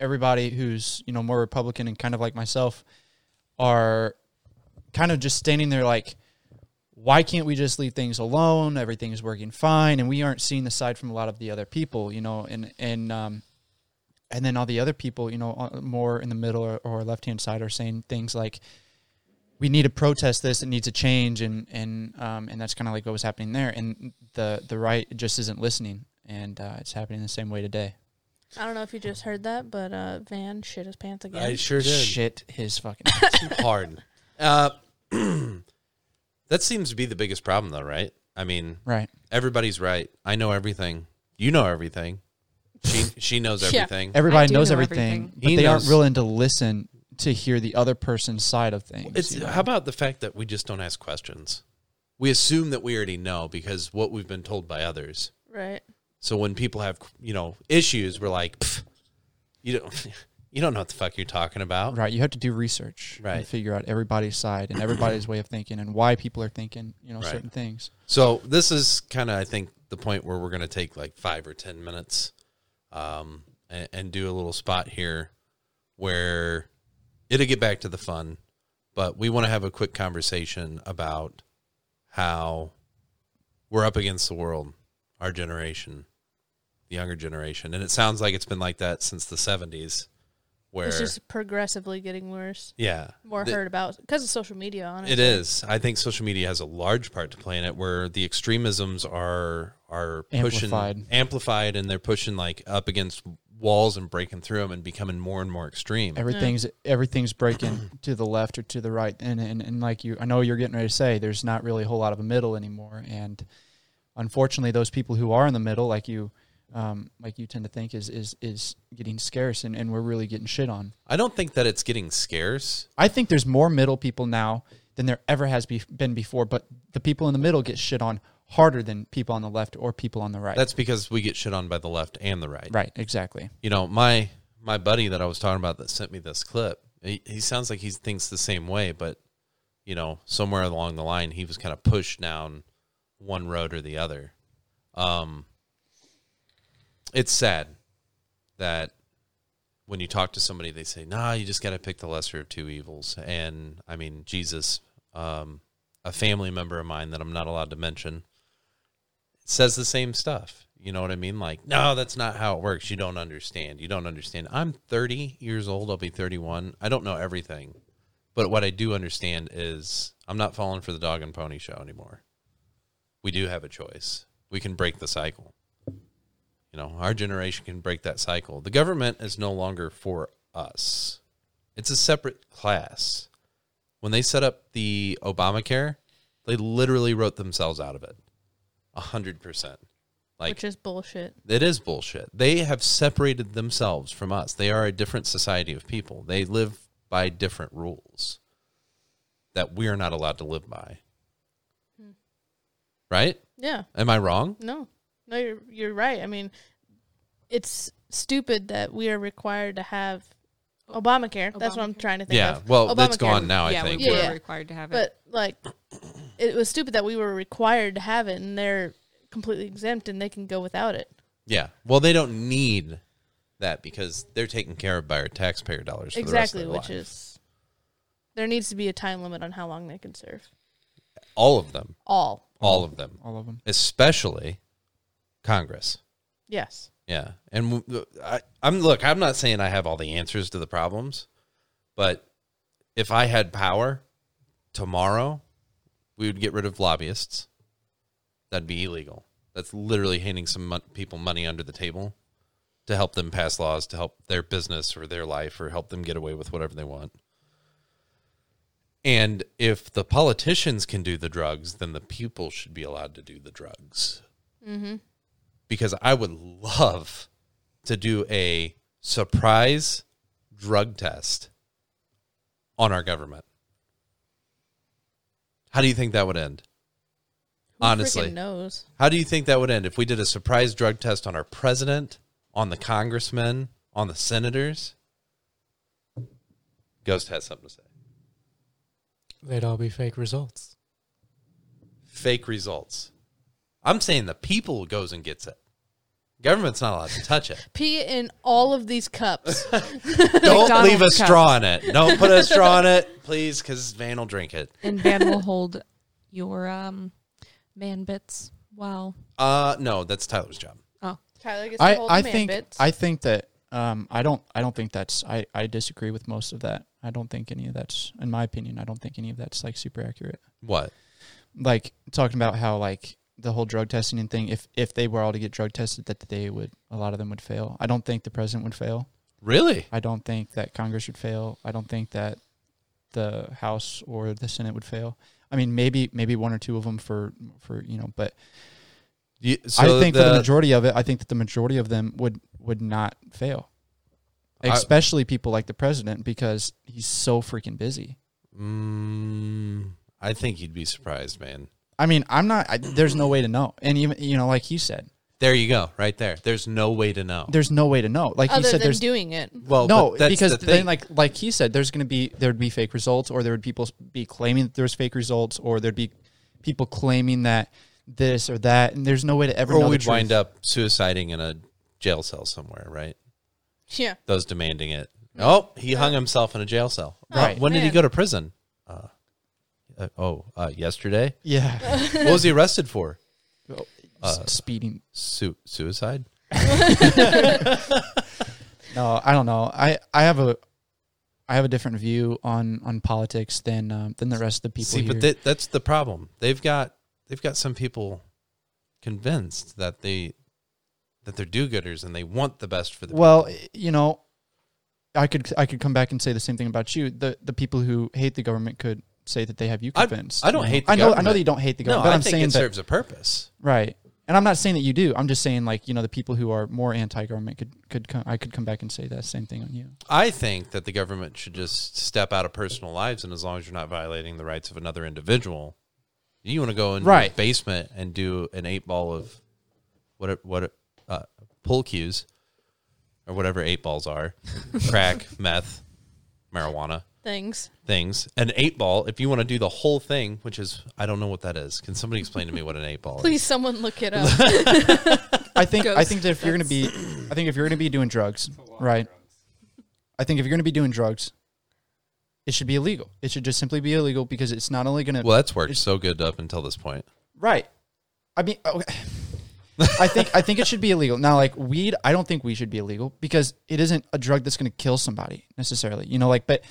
everybody who's you know more Republican and kind of like myself are kind of just standing there like. Why can't we just leave things alone? Everything's working fine, and we aren't seeing the side from a lot of the other people, you know. And and um, and then all the other people, you know, on- more in the middle or, or left hand side are saying things like, "We need to protest this. It needs to change," and and um, and that's kind of like what was happening there. And the the right just isn't listening, and uh, it's happening the same way today.
I don't know if you just heard that, but uh, Van shit his pants again.
I sure did.
Shit, his fucking.
Hard. Uh, that seems to be the biggest problem, though, right? I mean,
right.
everybody's right. I know everything. You know everything. She she knows
Yeah.
everything.
Everybody
do
knows
know
everything,
everything.
but
He
they aren't
knows-
willing to listen to hear the other person's side of things.
It's
you know?
how about the fact that we just don't ask questions? We assume that we already know because what we've been told by others.
Right.
So when people have you know issues, we're like, "Pff, you don't you don't know what the fuck you're talking about.
Right, you have to do research
Right.
and figure out everybody's side and everybody's way of thinking and why people are thinking, you know,
Right.
certain things.
So this is kind of I think the point where we're going to take like five or ten minutes, um, and, and do a little spot here where it'll get back to the fun, but we want to have a quick conversation about how we're up against the world, our generation, the younger generation, and it sounds like it's been like that since the seventies, where
It's just progressively getting worse.
yeah,
More
the-
heard about because of social media, honestly.
It is. I think social media has a large part to play in it, where the extremisms are are pushing
Amplified.
amplified, and they're pushing like up against walls and breaking through them and becoming more and more extreme.
Everything's everything's breaking to the left or to the right, and, and and like you, I know you're getting ready to say there's not really a whole lot of a middle anymore, and unfortunately, those people who are in the middle, like you, um, like you tend to think is is is getting scarce, and, and we're really getting shit on.
I don't think that it's getting scarce.
I think there's more middle people now than there ever has be, been before, but the people in the middle get shit on harder than people on the left or people on the right.
That's because we get shit on by the left and the right.
right, exactly.
You know, my my buddy that I was talking about that sent me this clip. He, he sounds like he thinks the same way, but you know, somewhere along the line, he was kind of pushed down one road or the other. Um, it's sad that when you talk to somebody, they say, "Nah, you just got to pick the lesser of two evils." And I mean, Jesus, um, a family member of mine that I'm not allowed to mention, says the same stuff. You know what I mean? Like, no, that's not how it works. You don't understand. You don't understand. I'm 30 years old. I'll be 31. I don't know everything, but what I do understand is I'm not falling for the dog and pony show anymore. We do have a choice. We can break the cycle you know our generation can break that cycle the government is no longer for us it's a separate class when they set up the obamacare they literally wrote themselves out of it 100% like
which is bullshit.
it is bullshit. They have separated themselves from us. They are a different society of people. They live by different rules that we are not allowed to live by.
Hmm.
Right?
Yeah.
Am I wrong?
No. No, you're you're right. I mean, it's stupid that we are required to have Obamacare. That's what I'm
Obamacare.
trying to think
Yeah.
of.
Well, that's
Obamacare.
gone now, I
yeah,
think.
we were
Yeah.
required to have it.
But like, it was stupid that we were required to have it, and they're completely exempt, and they can go without it.
Yeah. Well, they don't need that because they're taken care of by our taxpayer dollars. For
exactly,
the
which
rest of their life.
is there needs to be a time limit on how long they can serve.
all of them,
all.
all of them,
Mm.
all of them.
especially Congress.
Yes.
Yeah, and w- I, I'm look. I'm not saying I have all the answers to the problems, but if I had power tomorrow, we would get rid of lobbyists. That'd be illegal. That's literally handing some mon- people money under the table to help them pass laws to help their business or their life or help them get away with whatever they want. And if the politicians can do the drugs, then the people should be allowed to do the drugs
Mm-hmm.
because I would love to do a surprise drug test on our government. How do you think that would end?
Who
Honestly.
freaking knows.
How do you think that would end if we did a surprise drug test on our president, on the congressmen, on the senators? Ghost has something to say.
They'd all be fake results.
Fake results. I'm saying the people goes and gets it. Government's not allowed to touch it.
Pee in all of these cups.
Don't
McDonald's
leave a
cup.
straw in it. Don't put a straw in it, please, because Van will drink it.
And Van will hold your um, man bits. Wow.
Uh, no, that's Tyler's job.
Oh,
Tyler gets to
I,
hold
I
the man
think
bits.
I think that um, I don't I don't think that's I, I disagree with most of that. I don't think any of that's in my opinion. I don't think any of that's like super accurate.
What?
Like talking about how like the whole drug testing and thing. If if they were all to get drug tested, that they would a lot of them would fail. I don't think the president would fail.
Really?
I don't think that Congress would fail. I don't think that the House or the Senate would fail. I mean, maybe maybe one or two of them for for you know, but
You,
I think for the majority of it, I think that the majority of them would would not fail.
I-
Especially people like the president because he's so freaking busy.
Mm, I think you'd be surprised, man.
I mean, I'm not. I, there's no way to know, and even you know, like he said,
There you go, right there. There's no way to know.
there's no way to know. Like he
other
said,
than
there's
doing it.
well,
no
but that's
because
the
then
thing.
like like he said there's going to be there would be fake results or there would people be claiming that there's fake results or there'd be people claiming that this or that and there's no way to ever know
or
the
we'd
truth.
wind up suiciding in a jail cell somewhere, right?
Yeah.
Those demanding it. Oh, he hung himself in a jail cell.
Right.
Oh, when did he
man.
go to prison? Uh, uh, oh, uh, yesterday.
yeah
what was he arrested for? Uh,
S- speeding
Su- suicide.
no I don't know I I have a I have a different view on on politics than um, than the rest of the people
See, but
here.
that that's the problem. They've got they've got some people convinced that they that they're do-gooders and they want the best for the
well you know I could I could come back and say the same thing about you the the people who hate the government could say that they have you
I-
convinced
I don't
you know?
hate the
I know I know
government.
that you don't hate the
people. No,
government
I
but
think
I'm saying
it
that
serves a purpose.
Right. And I'm not saying that you do. I'm just saying like, you know, the people who are more anti-government could could come, I could come back and say that same thing on you.
I think that the government should just step out of personal lives, and as long as you're not violating the rights of another individual, you want to go in
Right.
your basement and do an eight ball of what it- what it- uh, pull cues or whatever eight balls are, crack, meth, marijuana.
Things.
things. An eight ball, if you want to do the whole thing, which is I don't know what that is. Can somebody explain to me what an eight ball
Please,
is?
someone look it up.
I think I think that if you're going to be I think if you're going to be doing drugs, right? I think if you're going to be doing drugs, it should be illegal. It should just simply be illegal because it's not only going to
Well, that's worked so good up until this point.
Right. I mean, okay. I think I think it should be illegal now. Like weed, I don't think weed should be illegal because it isn't a drug that's going to kill somebody necessarily. You know, like but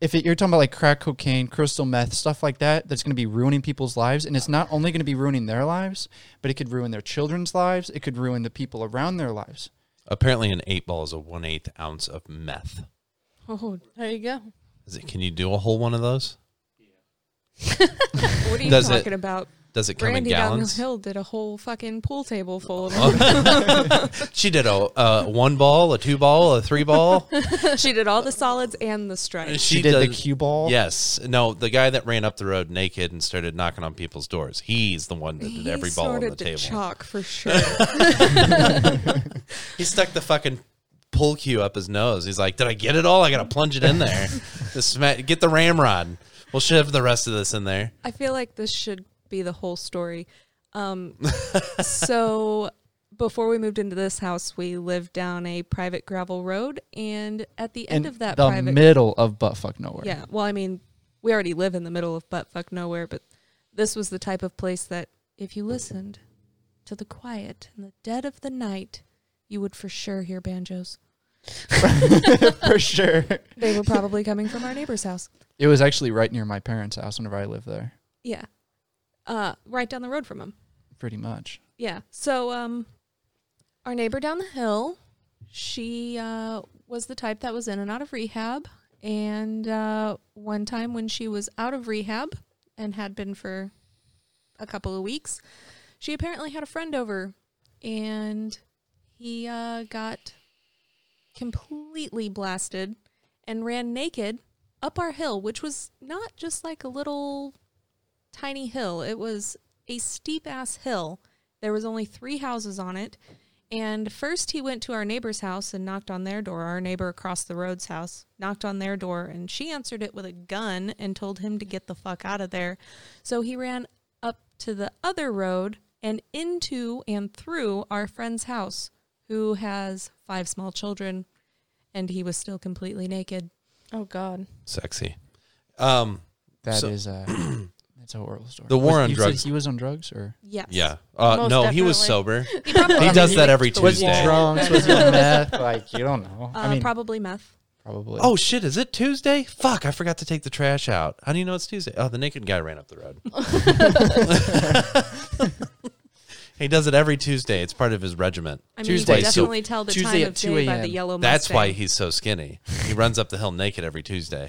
if it, you're talking about like crack cocaine, crystal meth, stuff like that, that's going to be ruining people's lives, and it's not only going to be ruining their lives, but it could ruin their children's lives. It could ruin the people around their lives.
Apparently, an eight ball is a one eighth ounce of meth.
oh,
there you go.
Is it, can you do a whole one of those?
what are you
Does it-
talking about?
Does it come
Brandy
in
down the
gallons?
hill did a whole fucking pool table full of them.
She did a uh, one ball, a two ball, a three ball.
she did all the solids and the stripes.
She, did the
does-
cue ball.
Yes. No, the guy that ran up the road naked and started knocking on people's doors. He's the one that did every
He
ball on
snorted
the table.
chalk for sure.
He stuck the fucking pull cue up his nose. He's like, "Did I get it all? I gotta plunge it in there. Just sma- get the ramrod. We'll shove the rest of this in there."
I feel like this should be the whole story. Um, so before we moved into this house, we lived down a private gravel road, and at the end
and
of that
the
private,
middle of buttfuck nowhere.
yeah, well, I mean, we already live in the middle of butt fuck nowhere, but this was the type of place that if you listened to the quiet and the dead of the night, you would for sure hear banjos.
for sure.
They were probably coming from our neighbor's house.
It was actually right near my parents' house whenever I lived there,
Yeah. Uh, right down the road from him.
pretty much.
Yeah. So um our neighbor down the hill, she uh was the type that was in and out of rehab and uh one time when she was out of rehab and had been for a couple of weeks, she apparently had a friend over and he uh got completely blasted and ran naked up our hill, which was not just like a little tiny hill. It was a steep ass hill. There was only three houses on it. And first he went to our neighbor's house and knocked on their door, our neighbor across the road's house, knocked on their door, and she answered it with a gun and told him to get the fuck out of there. So he ran up to the other road and into and through our friend's house, who has five small children, and he was still completely naked.
Oh God.
Sexy. Um,
That is
So-
uh that's a horrible story.
The war
Was-
on
you said
drugs-
He was on drugs or
Yes.
yeah. Uh,
Most
no, he was sober.
definitely.
He does that every
was he
Tuesday.
drunk? was he on meth? Like you don't know.
Uh,
I mean,
probably meth.
probably.
Oh shit! Is it Tuesday? Fuck! I forgot to take the trash out. How do you know it's Tuesday? Oh, the naked guy ran up the road. he does it every Tuesday. It's part of his regiment.
I mean,
Tuesday,
you
so-
can definitely tell the
Tuesday
time
at
of day
2
by the
a.m..
yellow Mustang.
That's why he's so skinny. He runs up the hill naked every Tuesday.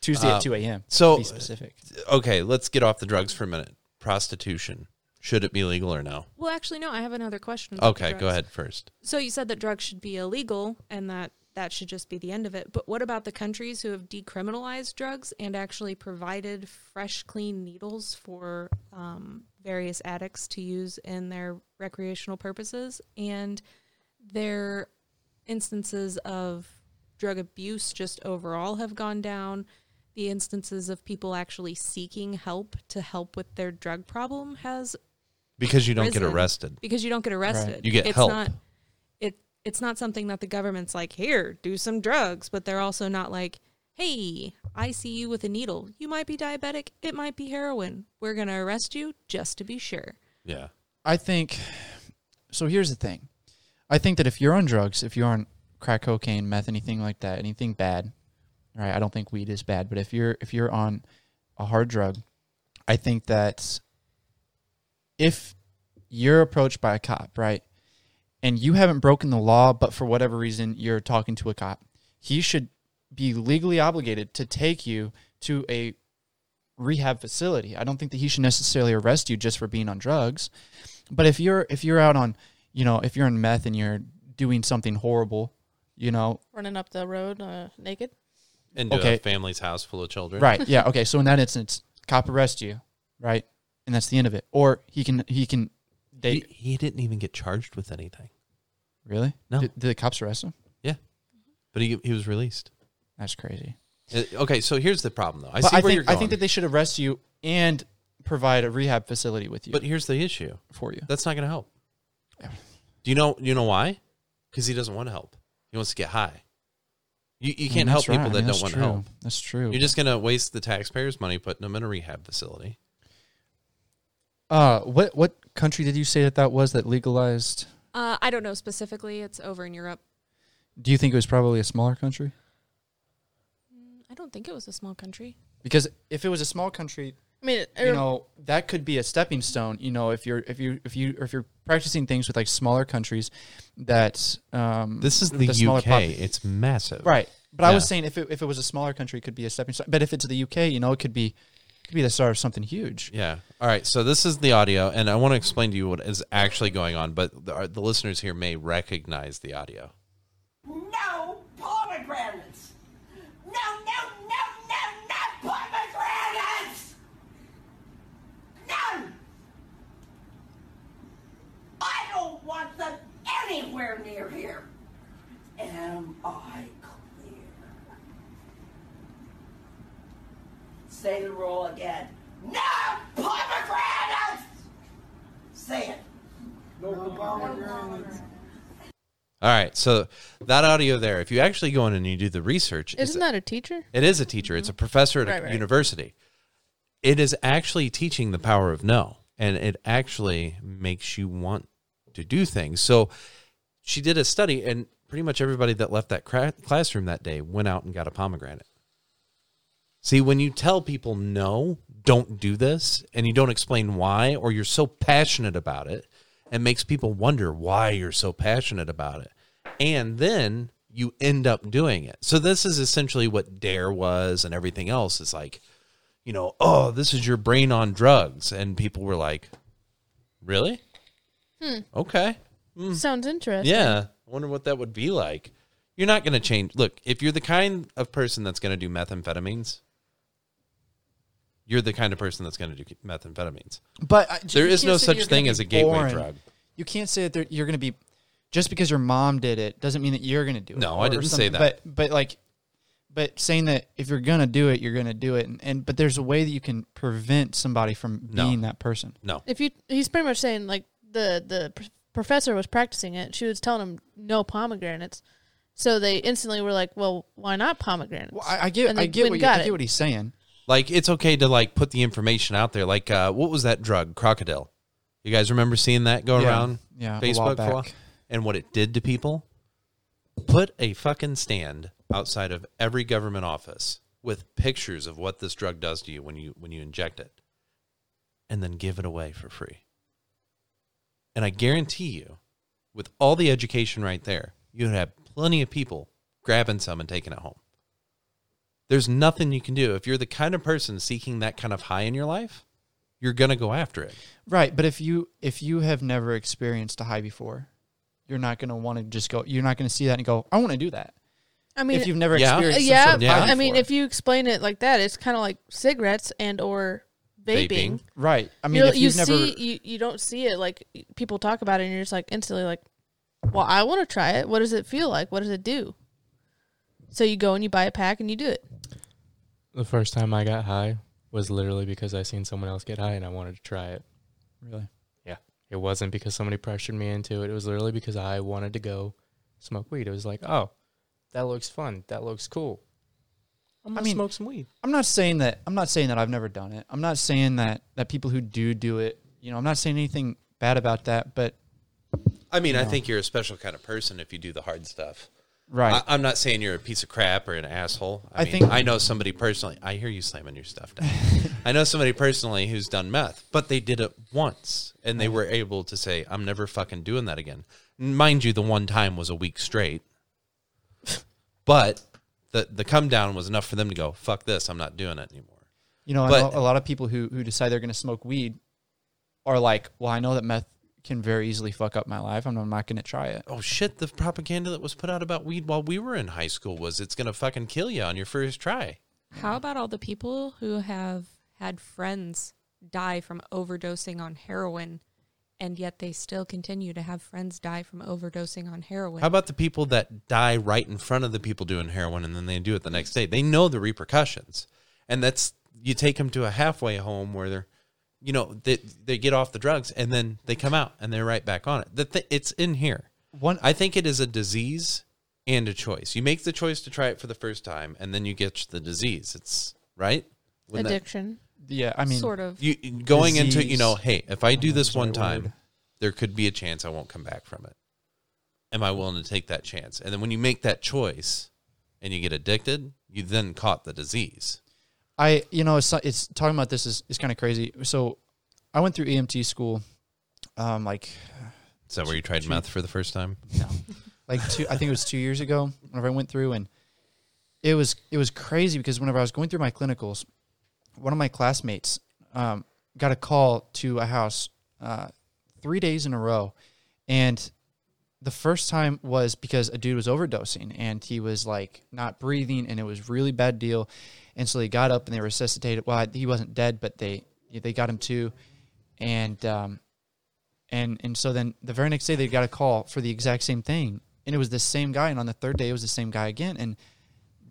Tuesday
uh,
at two a.m.
so-
be specific.
Okay, let's get off the drugs for a minute. Prostitution. Should it be legal or no?
Well, actually, no. I have another question. about
Okay,
drugs.
go ahead first.
So you said that drugs should be illegal and that that should just be the end of it. But what about the countries who have decriminalized drugs and actually provided fresh, clean needles for um, various addicts to use in their recreational purposes? And their instances of drug abuse just overall have gone down. The instances of people actually seeking help to help with their drug problem has
Because you don't get
Prison.
arrested.
because you don't get arrested.
You get help.
Not, it it's not something that the government's like, here, do some drugs, but they're also not like, hey, I see you with a needle. You might be diabetic. It might be heroin. We're gonna arrest you just to be sure.
Yeah.
I think so. Here's the thing. I think that if you're on drugs, if you're on crack cocaine, meth, anything like that, anything bad, right? I don't think weed is bad, but if you're if you're on a hard drug, I think that if you're approached by a cop, right, and you haven't broken the law, but for whatever reason you're talking to a cop, he should be legally obligated to take you to a rehab facility. I don't think that he should necessarily arrest you just for being on drugs. But if you're if you're out on, you know, if you're in meth and you're doing something horrible, you know,
Running up the road uh, naked.
Into
Okay.
a family's house full of children.
right? Yeah. Okay. So in that instance, cop arrest you, right? And that's the end of it. Or he can he can they
He, he didn't even get charged with anything.
really
No.
Did, did the cops arrest him?
But he he was released.
That's crazy.
Uh, Okay, so here's the problem though. I
but
see
I
where
think
you're going.
I think that they should arrest you and provide a rehab facility with you
but here's the issue.
for you.
That's not going to help. Do you know you know why? Because he doesn't want to help. He wants to get high. You you can't
Mm,
help
that's right.
people
I
that
mean,
don't
that's
want to
true.
help.
That's true.
You're just going to waste the taxpayers' money putting them in a rehab facility.
uh, what what country did you say that that was that legalized?
Uh, I don't know specifically. It's over in Europe.
Do you think it was probably a smaller country?
I don't think it was a small country.
Because if it was a small country,
I mean, er, it,
you know, that could be a stepping stone. You know, if you're if you if you if you're practicing things with like smaller countries, that um,
This is the,
smaller
UK.
popu-
it's massive.
right? But I
Yeah.
was saying if it, if it was a smaller country, it could be a stepping stone. But if it's the UK, you know, it could be it could be the start of something huge.
Yeah. All right. So this is the audio, and I want to explain to you what is actually going on, but the, our- the listeners here may recognize the audio.
No pomegranates! No, no, no, no, no pomegranates! No! I don't want them anywhere near here. Am I clear? Say the rule again. No pomegranates! Say it. No pomegranates.
All right. So that audio there, if you actually go in and you do the research, it's
Isn't that a teacher?
It is a teacher. It's a professor at
Mm-hmm. Right,
a
right.
university. It is actually teaching the power of no, and it actually makes you want to do things. So she did a study, and pretty much everybody that left that cra- classroom that day went out and got a pomegranate. See, when you tell people no, don't do this, and you don't explain why, or you're so passionate about it, it makes people wonder why you're so passionate about it. And then you end up doing it. So, this is essentially what DARE was and everything else is like, you know, oh, this is your brain on drugs. And people were like, really? Okay.
Hmm.
Sounds interesting.
Yeah. I wonder what that would be like. You're not going to change. Look, if you're the kind of person that's going to do methamphetamines, you're the kind of person that's going to do methamphetamines.
But I,
There
you
is
can't
no
say
such
you're gonna
thing
be
as a gateway
boring.
drug.
You can't say that they're- you're going to be just because your mom did it doesn't mean that you're going to do it.
No, I didn't say
something.
that.
But but like, but saying that if you're going to do it, you're going to do it, and, and but there's a way that you can prevent somebody from
No.
being that person.
No.
If you, he's pretty much saying like the the pr- professor was practicing it. She was telling him no pomegranates, so they instantly were like, "Well, why not pomegranates?"
Well, I, I get
And
I
they
get
went
what
and
you,
got
I
it.
get what he's saying.
Like it's okay to like put the information out there. Like uh, what was that drug? Crocodile. You guys remember seeing that go
Yeah.
around
Yeah, a
Facebook
while
for a while?
back.
and what it did to people? Put a fucking stand outside of every government office with pictures of what this drug does to you when you when you inject it, and then give it away for free. And I guarantee you, with all the education right there, you'd have plenty of people grabbing some and taking it home there's nothing you can do. If you're the kind of person seeking that kind of high in your life, you're going to go after it.
Right, but if you if you have never experienced a high before, you're not going to want to just go. You're not going to see that and go, I want to do that.
I mean,
if you've never
Yeah.
uh,
experienced, some
yeah,
sort of high
Yeah.
I mean,
before.
if you explain it like that, it's kind of like cigarettes and or vaping.
Vaping.
right, I mean,
you know,
if
you
you've never
see, you, you don't see it like people talk about it, and you're just like instantly like, "Well, I want to try it. What does it feel like? What does it do?" So you go and you buy a pack and you do it.
The first time I got high was literally because I seen someone else get high and I wanted to try it.
really,
Yeah. It wasn't because somebody pressured me into it. It was literally because I wanted to go smoke weed. It was like, oh, that looks fun. That looks cool. I'm gonna
mean-
smoke some weed.
I'm not saying that I'm not saying that I've never done it. I'm not saying that that people who do do it, you know, I'm not saying anything bad about that, but
I mean, I think you're a special kind of person if you do the hard stuff.
right.
I, I'm not saying you're a piece of crap or an asshole. I,
I
mean,
think-
I know somebody personally. I hear you slamming your stuff down. I know somebody personally who's done meth, but they did it once and they were able to say, "I'm never fucking doing that again." Mind you, the one time was a week straight, but the the come down was enough for them to go, "Fuck this! I'm not doing it anymore."
you know, I
but-
know a lot of people who who decide they're going to smoke weed are like, well, I know that meth can very easily fuck up my life. I'm I'm not going to try it.
oh shit, the propaganda that was put out about weed while we were in high school was it's gonna fucking kill you on your first try.
How about all the people who have had friends die from overdosing on heroin, and yet they still continue to have friends die from overdosing on heroin?
How about the people that die right in front of the people doing heroin and then they do it the next day? They know the repercussions, and that's you take them to a halfway home where they're, you know, they they get off the drugs and then they come out and they're right back on it. The th- it's in here.
One
I think it is a disease and a choice. You make the choice to try it for the first time, and then you get the disease. It's right. Wouldn't that-
Addiction.
yeah, I mean,
sort of.
you going into you know
Disease.
hey if i do
know
this
if it's the
one
right
time
word.
there could be a chance i won't come back from it am i willing to take that chance and then when you make that choice and you get addicted you then caught the disease
I you know it's it's talking about this is is kind of crazy. So I went through EMT school um like
is that where you tried meth for the first time
like two I think it was two years ago whenever I went through and it was it was crazy because whenever I was going through my clinicals, one of my classmates um, got a call to a house uh, three days in a row, and the first time was because a dude was overdosing and he was like not breathing and it was really bad deal, and so they got up and they resuscitated. Well, he wasn't dead, but they they got him too, and um, and and so then the very next day they got a call for the exact same thing, and it was the same guy. And on the third day, it was the same guy again. And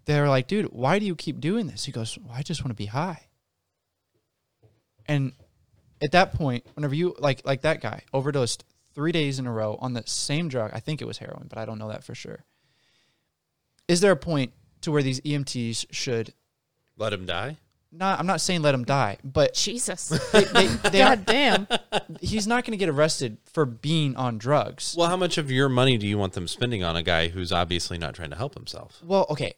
they're like, "Dude, why do you keep doing this?" He goes, well, "I just want to be high." And at that point, whenever you like like that guy overdosed three days in a row on the same drug. I think it was heroin, but I don't know that for sure. Is there a point to where these EMTs should
Let him die.
not? I'm not saying let him die, but
Jesus.
they, they, they
God damn.
he's not going to get arrested for being on drugs.
Well, how much of your money do you want them spending on a guy who's obviously not trying to help himself?
Well, okay.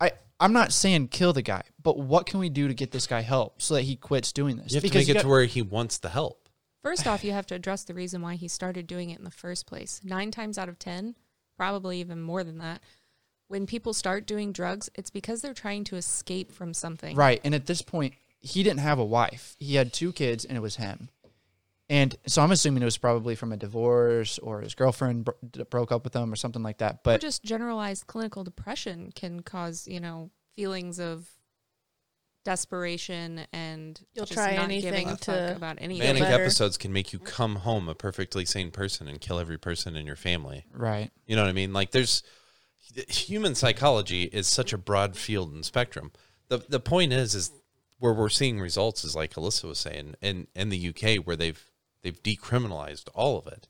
I I'm not saying kill the guy, but what can we do to get this guy help so that he quits doing this?
You have to make it
you
to
got-
where he wants the help.
First off, you have to address the reason why he started doing it in the first place. Nine times out of 10, probably even more than that, when people start doing drugs, it's because they're trying to escape from something.
right. And at this point, he didn't have a wife. He had two kids, and it was him. And so I'm assuming it was probably from a divorce or his girlfriend bro- d- broke up with him or something like that.
Or
But
just generalized clinical depression can cause, you know, feelings of desperation and
You'll
just
try
not
anything
giving a
to
fuck about anything.
Manic
better.
episodes can make you come home a perfectly sane person and kill every person in your family.
right,
You know what I mean? Like there's human psychology is such a broad field and spectrum. The the point is is where we're seeing results is like Alyssa was saying in in the UK where they've they've decriminalized all of it.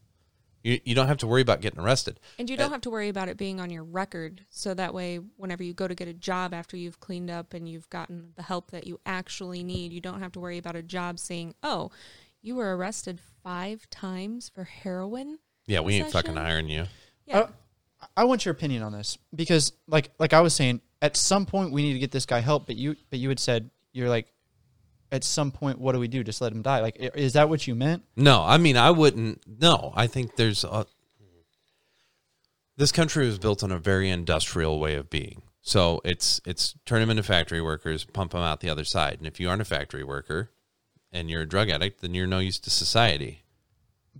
You you don't have to worry about getting arrested.
And you don't have to worry about it being on your record. So that way, whenever you go to get a job after you've cleaned up and you've gotten the help that you actually need, you don't have to worry about a job saying, oh, you were arrested five times for heroin.
Yeah, we ain't fucking
Possession.
hiring you.
Yeah.
I want your opinion on this because, like, like I was saying, at some point we need to get this guy help. But you, but you had said you're like, at some point, what do we do? Just let him die? Like, i- is that what you meant?
No, I mean I wouldn't. No, I think there's a. This country was built on a very industrial way of being. So it's it's turn them into factory workers, pump them out the other side. And if you aren't a factory worker, and you're a drug addict, then you're no use to society.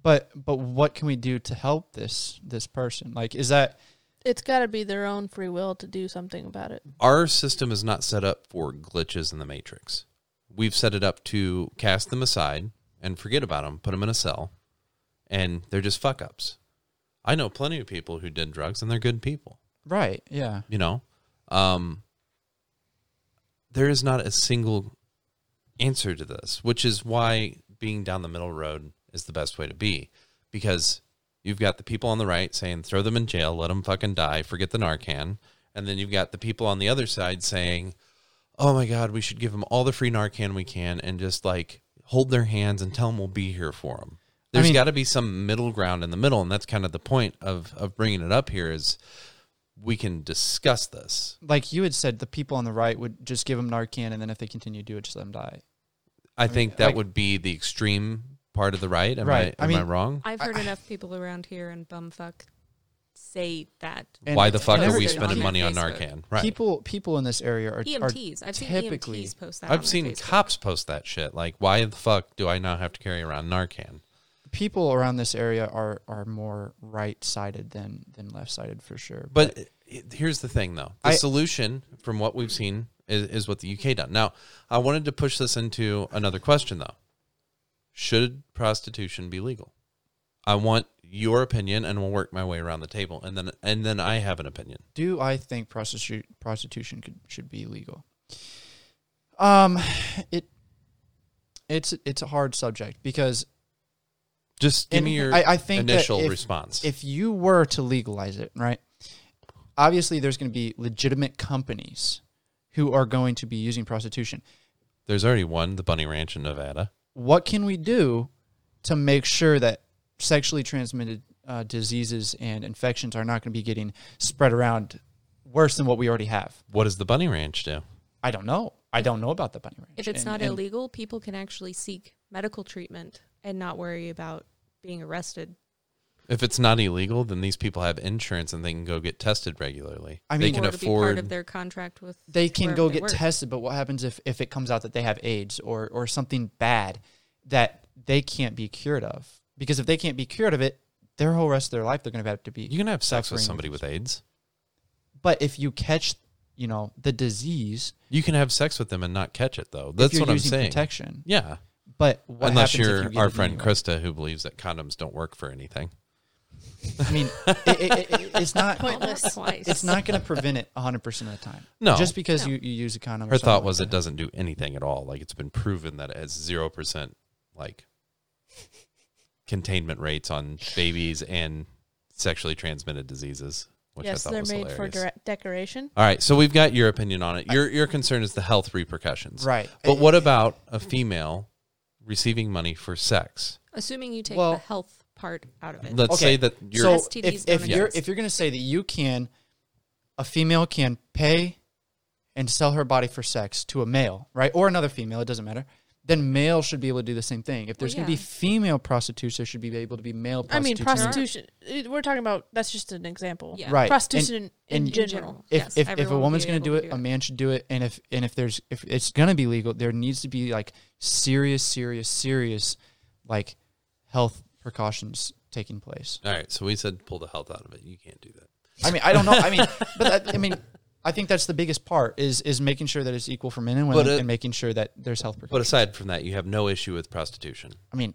but but what can we do to help this this person like is that
It's got to be their own free will to do something about it.
Our system is not set up for glitches in the matrix. We've set it up to cast them aside and forget about them, put them in a cell, and they're just fuck ups. I know plenty of people who did drugs, and they're good people.
right yeah
you know um there is not a single answer to this which is why being down the middle road is the best way to be because you've got the people on the right saying throw them in jail let them fucking die forget the narcan and then you've got the people on the other side saying oh my god we should give them all the free narcan we can and just like hold their hands and tell them we'll be here for them There's
mean-
got to be some middle ground in the middle and that's kind of the point of of bringing it up here is we can discuss this.
like you had said the people on the right would just give them narcan and then if they continue to do it just let them die
I think that
like-
would be the extreme part of the right. Am
Right.
I
I
am I,
mean-
wrong?
I've heard enough people around here and bumfuck say that.
And
Why the fuck
it's
are we
posted
spending
on
money on
Facebook.
Narcan? Right.
people people in this area are are
EMTs. E I've seen E
typically
EMTs post that. on
I've
their
seen
Facebook.
cops post that shit. Like, why the fuck do I now have to carry around Narcan?
people around this area are are more right sided than than left sided for sure
But it- here's the thing, though. The
I-
solution, from what we've seen, is, is what the UK done. Now, I wanted to push this into another question, though. Should prostitution be legal? I want your opinion, and we'll work my way around the table, and then and then I have an opinion.
do I think prostitute prostitution could should be legal? Um, it it's it's a hard subject because
Just give
And
me your
I- I think that
initial
if-
response.
if you were to legalize it, right? Obviously, there's going to be legitimate companies who are going to be using prostitution.
There's already one, the Bunny Ranch in Nevada.
What can we do to make sure that sexually transmitted uh, diseases and infections are not going to be getting spread around worse than what we already have?
What does the Bunny Ranch do?
I don't know. I don't know about the bunny ranch.
If it's
And-
not
and-
illegal, people can actually seek medical treatment and not worry about being arrested.
If it's not illegal, then these people have insurance and they can go get tested regularly.
I
they
mean-
can
or to be part of
afford.
their contract with
they can
wherever
go
they
get
work.
tested but what happens if if it comes out that they have aids or or something bad that they can't be cured of because if they can't be cured of it their whole rest of their life they're going to have to be
You can have sex with
suffering.
somebody with AIDS.
but if you catch you know the disease
You can have sex with them and not catch it, though. That's
if you're
what I'm
using
saying.
protection
Yeah,
but what
unless
happens if
you're
you get
our
it
friend
anyway?
Krista, who believes that condoms don't work for anything.
i mean it, it, it, it's not
Almost twice.
it's not going to prevent it 100% of the time
No.
just because you, you use a condom or
Her
something
thought
like
was
that.
it doesn't do anything at all. Like it's been proven that it has zero percent like containment rates on babies and sexually transmitted diseases, which I
yes,
thought
they're
was
made
hilarious.
for direct decoration.
All right, so we've got your opinion on it. Your your concern is the health repercussions,
Right.
But what about a female receiving money for sex?
Assuming you take
Well-
the health part out of it.
Let's
Okay,
say that
so
you're
STDs
if,
don't
if you're
exist.
if you're gonna say that you can, a female can pay and sell her body for sex to a male, right, or another female, it doesn't matter. Then male should be able to do the same thing. If there's going to
yeah.
be female prostitutes, there should be able to be male
I mean,
prostitutes.
prostitution. it- We're talking about that's just an example.
Yeah.
Right.
Prostitution in, in,
and-
general.
If
Yes,
if, if
everyone
a
will
woman's
be
going to
able
do
to
it,
do
a
it.
man should do it. And if and if there's if it's going to be legal, there needs to be like serious, serious, serious, like health precautions taking place.
all right. So we said pull the health out of it. You can't do that.
I mean, I don't know. I mean, but that, I mean, I think that's the biggest part is is making sure that it's equal for men and women,
But it-
and making sure that there's health precautions.
But aside from that, you have no issue with prostitution.
I mean,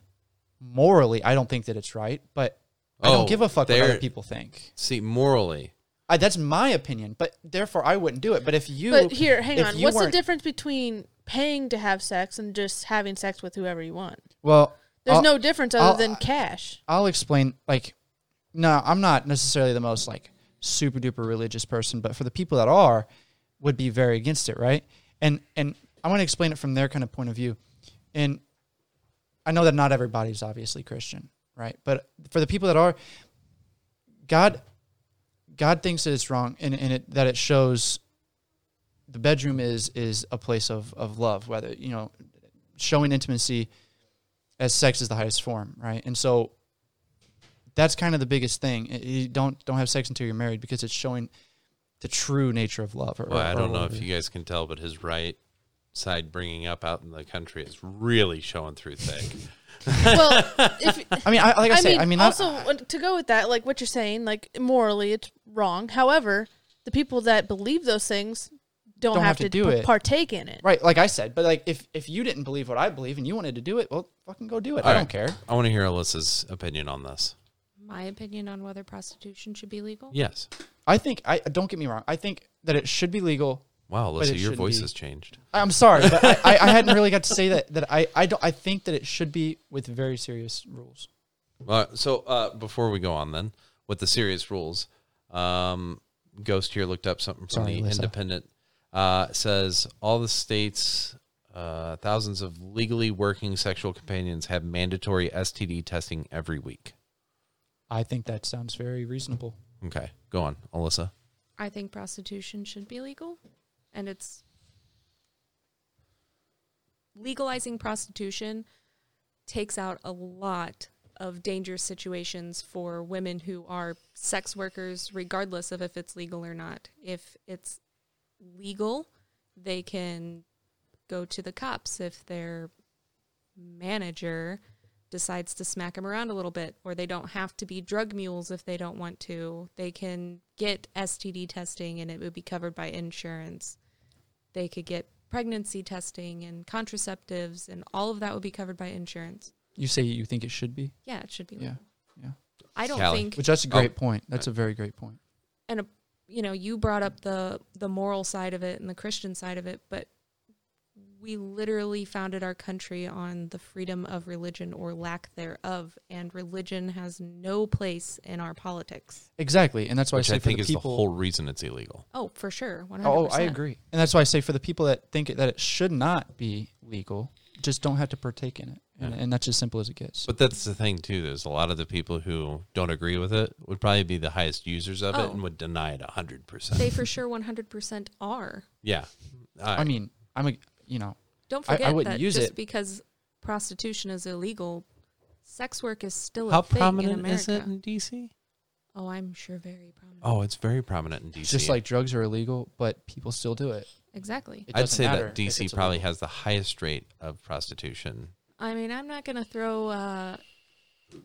morally, I don't think that it's right, but I
Oh,
don't give a fuck what
there-
other people think.
See, morally,
I, that's my opinion, but therefore I wouldn't do it. But if you,
But here, hang
if
on.
you
What's the
weren't-
difference between paying to have sex and just having sex with whoever you want?
Well,
There's
I'll-
no difference other
I'll-
than cash.
I'll explain. Like, no, I'm not necessarily the most like super duper religious person, but for the people that are, would be very against it, right? And and I want to explain it from their kind of point of view. And I know that not everybody's obviously Christian, right? But for the people that are, God, God thinks that it's wrong, and, and it, that it shows. The bedroom is is a place of of love, whether you know, showing intimacy as sex is the highest form, right? And so that's kind of the biggest thing. I- You don't don't have sex until you're married because it's showing the true nature of love. Or,
well, I
or
don't know if
whatever.
you guys can tell, but his right side bringing up out in the country is really showing through thick.
well, if
I mean, I, like I, say, I mean, I-
also when- to go with that, like what you're saying, like morally, it's wrong. However, the people that believe those things don't, have, to,
do
p-
it.
partake in it.
right? Like I said, but like if if you didn't believe what I believe and you wanted to do it, well, fucking go do it. I
All
don't
right.
care.
I want to hear Alyssa's opinion on this.
My opinion on whether prostitution should be legal.
Yes.
I think I don't get me wrong. I think that it should be legal.
Wow,
But
Alyssa,
it
your
shouldn't
voice
be.
has changed.
I'm sorry, but I, I, I hadn't really got to say that. That I I don't. I think that it should be with very serious rules.
Uh, so uh, before we go on, then with the serious rules, um, Ghost here looked up something from
Sorry,
the
Lisa.
Independent. Uh, it says all the states, uh, thousands of legally working sexual companions have mandatory STD testing every week.
I think that sounds very reasonable.
Okay, go on, Alyssa.
I think prostitution should be legal, and it's legalizing prostitution takes out a lot of dangerous situations for women who are sex workers, regardless of if it's legal or not. If it's legal, they can go to the cops if their manager decides to smack them around a little bit, or they don't have to be drug mules if they don't want to. They can get STD testing and it would be covered by insurance. They could get pregnancy testing and contraceptives, and all of that would be covered by insurance.
You say you think it should be.
Yeah, it should be.
Yeah,
legal.
yeah.
I don't
Callie.
think
Which that's a
Oh.
great point. That's a very great point.
and a, you know you brought up the the moral side of it and the christian side of it but we literally founded our country on the freedom of religion or lack thereof and religion has no place in our politics
Exactly, and that's why
Which
I say
I think
for
is
the
the
people.
whole reason it's illegal.
oh for sure 100%
oh, I agree, and that's why I say for the people that think it, that it should not be legal, just don't have to partake in it, and, and that's as simple as it gets.
But that's the thing too. There's a lot of the people who don't agree with it would probably be the highest users of it
Oh.
and would deny it hundred
they
percent.
for sure 100% are
Yeah. Uh, All right.
I mean, I'm a you know,
don't
I- I
forget
wouldn't
that
use
just
it.
because prostitution is illegal sex work is still a
how
thing in
prominent
america
is it in DC?
oh i'm sure very prominent
Oh, it's very prominent in DC.
just like drugs are illegal, but people still do it.
exactly
It
I'd
doesn't
say
matter
that
if
DC
it's
probably
illegal.
has the highest rate of prostitution.
I mean, I'm not going to throw uh,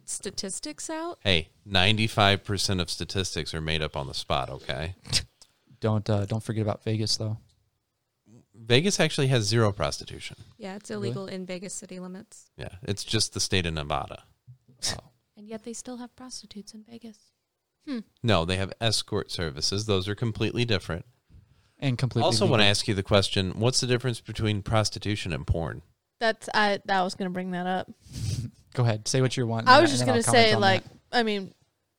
statistics out.
Hey, 95% of statistics are made up on the spot, okay?
Don't uh, don't forget about Vegas though.
Vegas actually has zero prostitution.
Yeah, it's illegal in Vegas city limits,
Yeah, it's just the state of Nevada.
Oh,
and yet they still have prostitutes in Vegas.
No, they have escort services. Those are completely different.
And completely.
also want to
legal.
ask you the question, what's the difference between prostitution and porn?
That's I. That was gonna bring that up.
Go ahead, say what you want.
I
and
was
then-
just
and then
gonna
I'll comment
say,
on
like,
that.
I mean,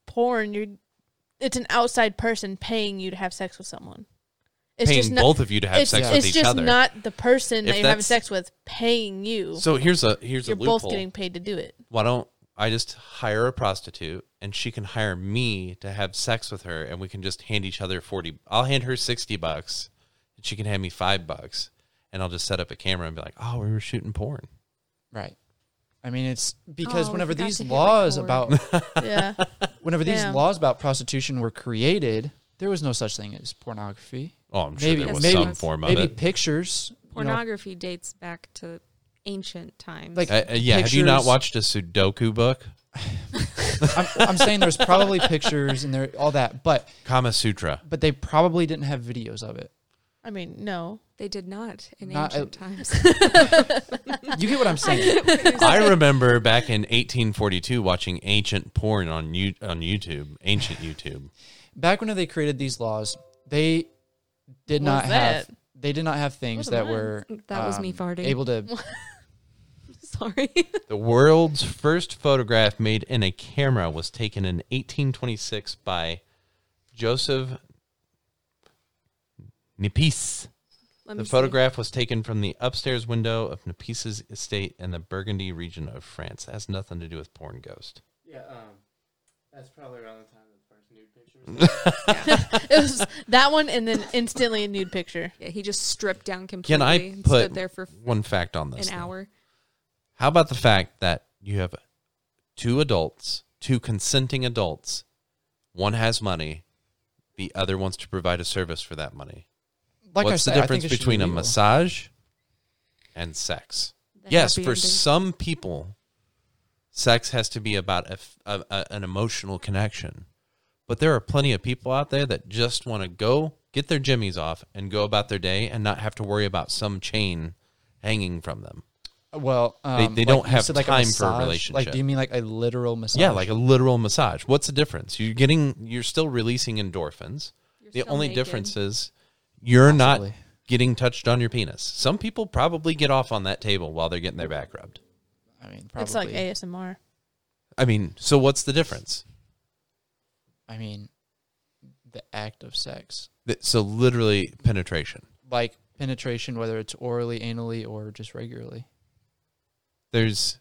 porn. You're, it's an outside person paying you to have sex with someone. It's
paying
just not,
both of you to have
it's,
sex
it's
with each
just
other.
not the person
If
that you're having
that's-
sex with paying you.
so here's a here's
you're
a loophole.
both getting paid to do it.
Why don't I just hire a prostitute and she can hire me to have sex with her and we can just hand each other 40 I'll hand her 60 bucks and she can hand me 5 bucks and I'll just set up a camera and be like, "Oh, we were shooting porn."
right. I mean, it's because
Oh, we
whenever
forgot
these
to hit
laws
record.
about
Yeah,
whenever these
Damn.
laws about prostitution were created, there was no such thing as pornography.
Oh, I'm sure
Maybe-
there was
maybe-
some form of
Maybe
it.
pictures. you know,
Pornography dates back to ancient times.
Like-
Uh, uh, yeah, have you not
pictures.
watched a Sudoku book?
I'm, I'm saying there's probably pictures and there all that, but
Kama Sutra.
but they probably didn't have videos of it.
I mean, no.
they did not in
Not-
ancient times.
You get what I'm saying?
I remember back in 1842 watching ancient porn on you on YouTube, ancient YouTube.
Back when they created these laws, they did
What
not
was
have
that?
they did not have things
Wasn't
that
mine.
were um,
That was me farting.
able to
Sorry.
The world's first photograph made in a camera was taken in 1826 by Joseph Nipice.
Let me
The
see.
photograph was taken from the upstairs window of Nipice's estate in the Burgundy region of France. That has nothing to do with porn ghost.
Yeah, um, that's probably around the time the first nude pictures.
It was that one, and then instantly a nude picture.
Yeah, he just stripped down completely
Can I
and
put
stood there for
one fact on
an
this? though?
hour.
How about the fact that you have two adults, two consenting adults, one has money, the other wants to provide a service for that money.
like I
What's
said,
the
I think
difference
it should be
between a
legal.
massage and sex?
The
yes, for
happy ending.
some people, sex has to be about a f- a- a- an emotional connection. But there are plenty of people out there that just want to go get their jimmies off and go about their day and not have to worry about some chain hanging from them.
Well, um,
they
like
don't
you
have
said, like
time for a
massage. Like,
relationship.
do you mean like a literal massage?
Yeah, like a literal massage. What's the difference? You're getting, you're still releasing endorphins. the
still
only
naked.
difference is you're not
Possibly.
getting touched on your penis. Some people probably get off on that table while they're getting their back rubbed.
I mean, probably.
It's like ASMR.
I mean, so what's the difference?
I mean, the act of sex,
Th- So literally penetration.
like penetration, whether it's orally, anally, or just regularly.
There's,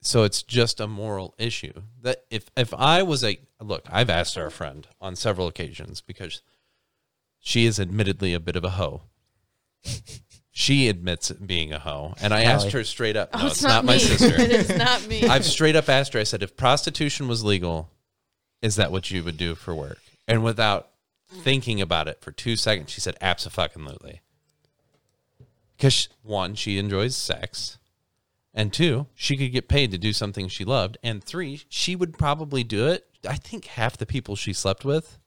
so it's just a moral issue that if if I was a look, I've asked our friend on several occasions because she is admittedly a bit of a hoe. She admits being a hoe, and I asked her straight up. No,
Oh,
it's, not, my
me.
sister.
it is not me.
I've straight up asked her. I said, if prostitution was legal, is that what you would do for work? And without thinking about it for two seconds, she said, absolutely. Because one, she enjoys sex, and two, she could get paid to do something she loved, and three, she would probably do it. I think half the people she slept with,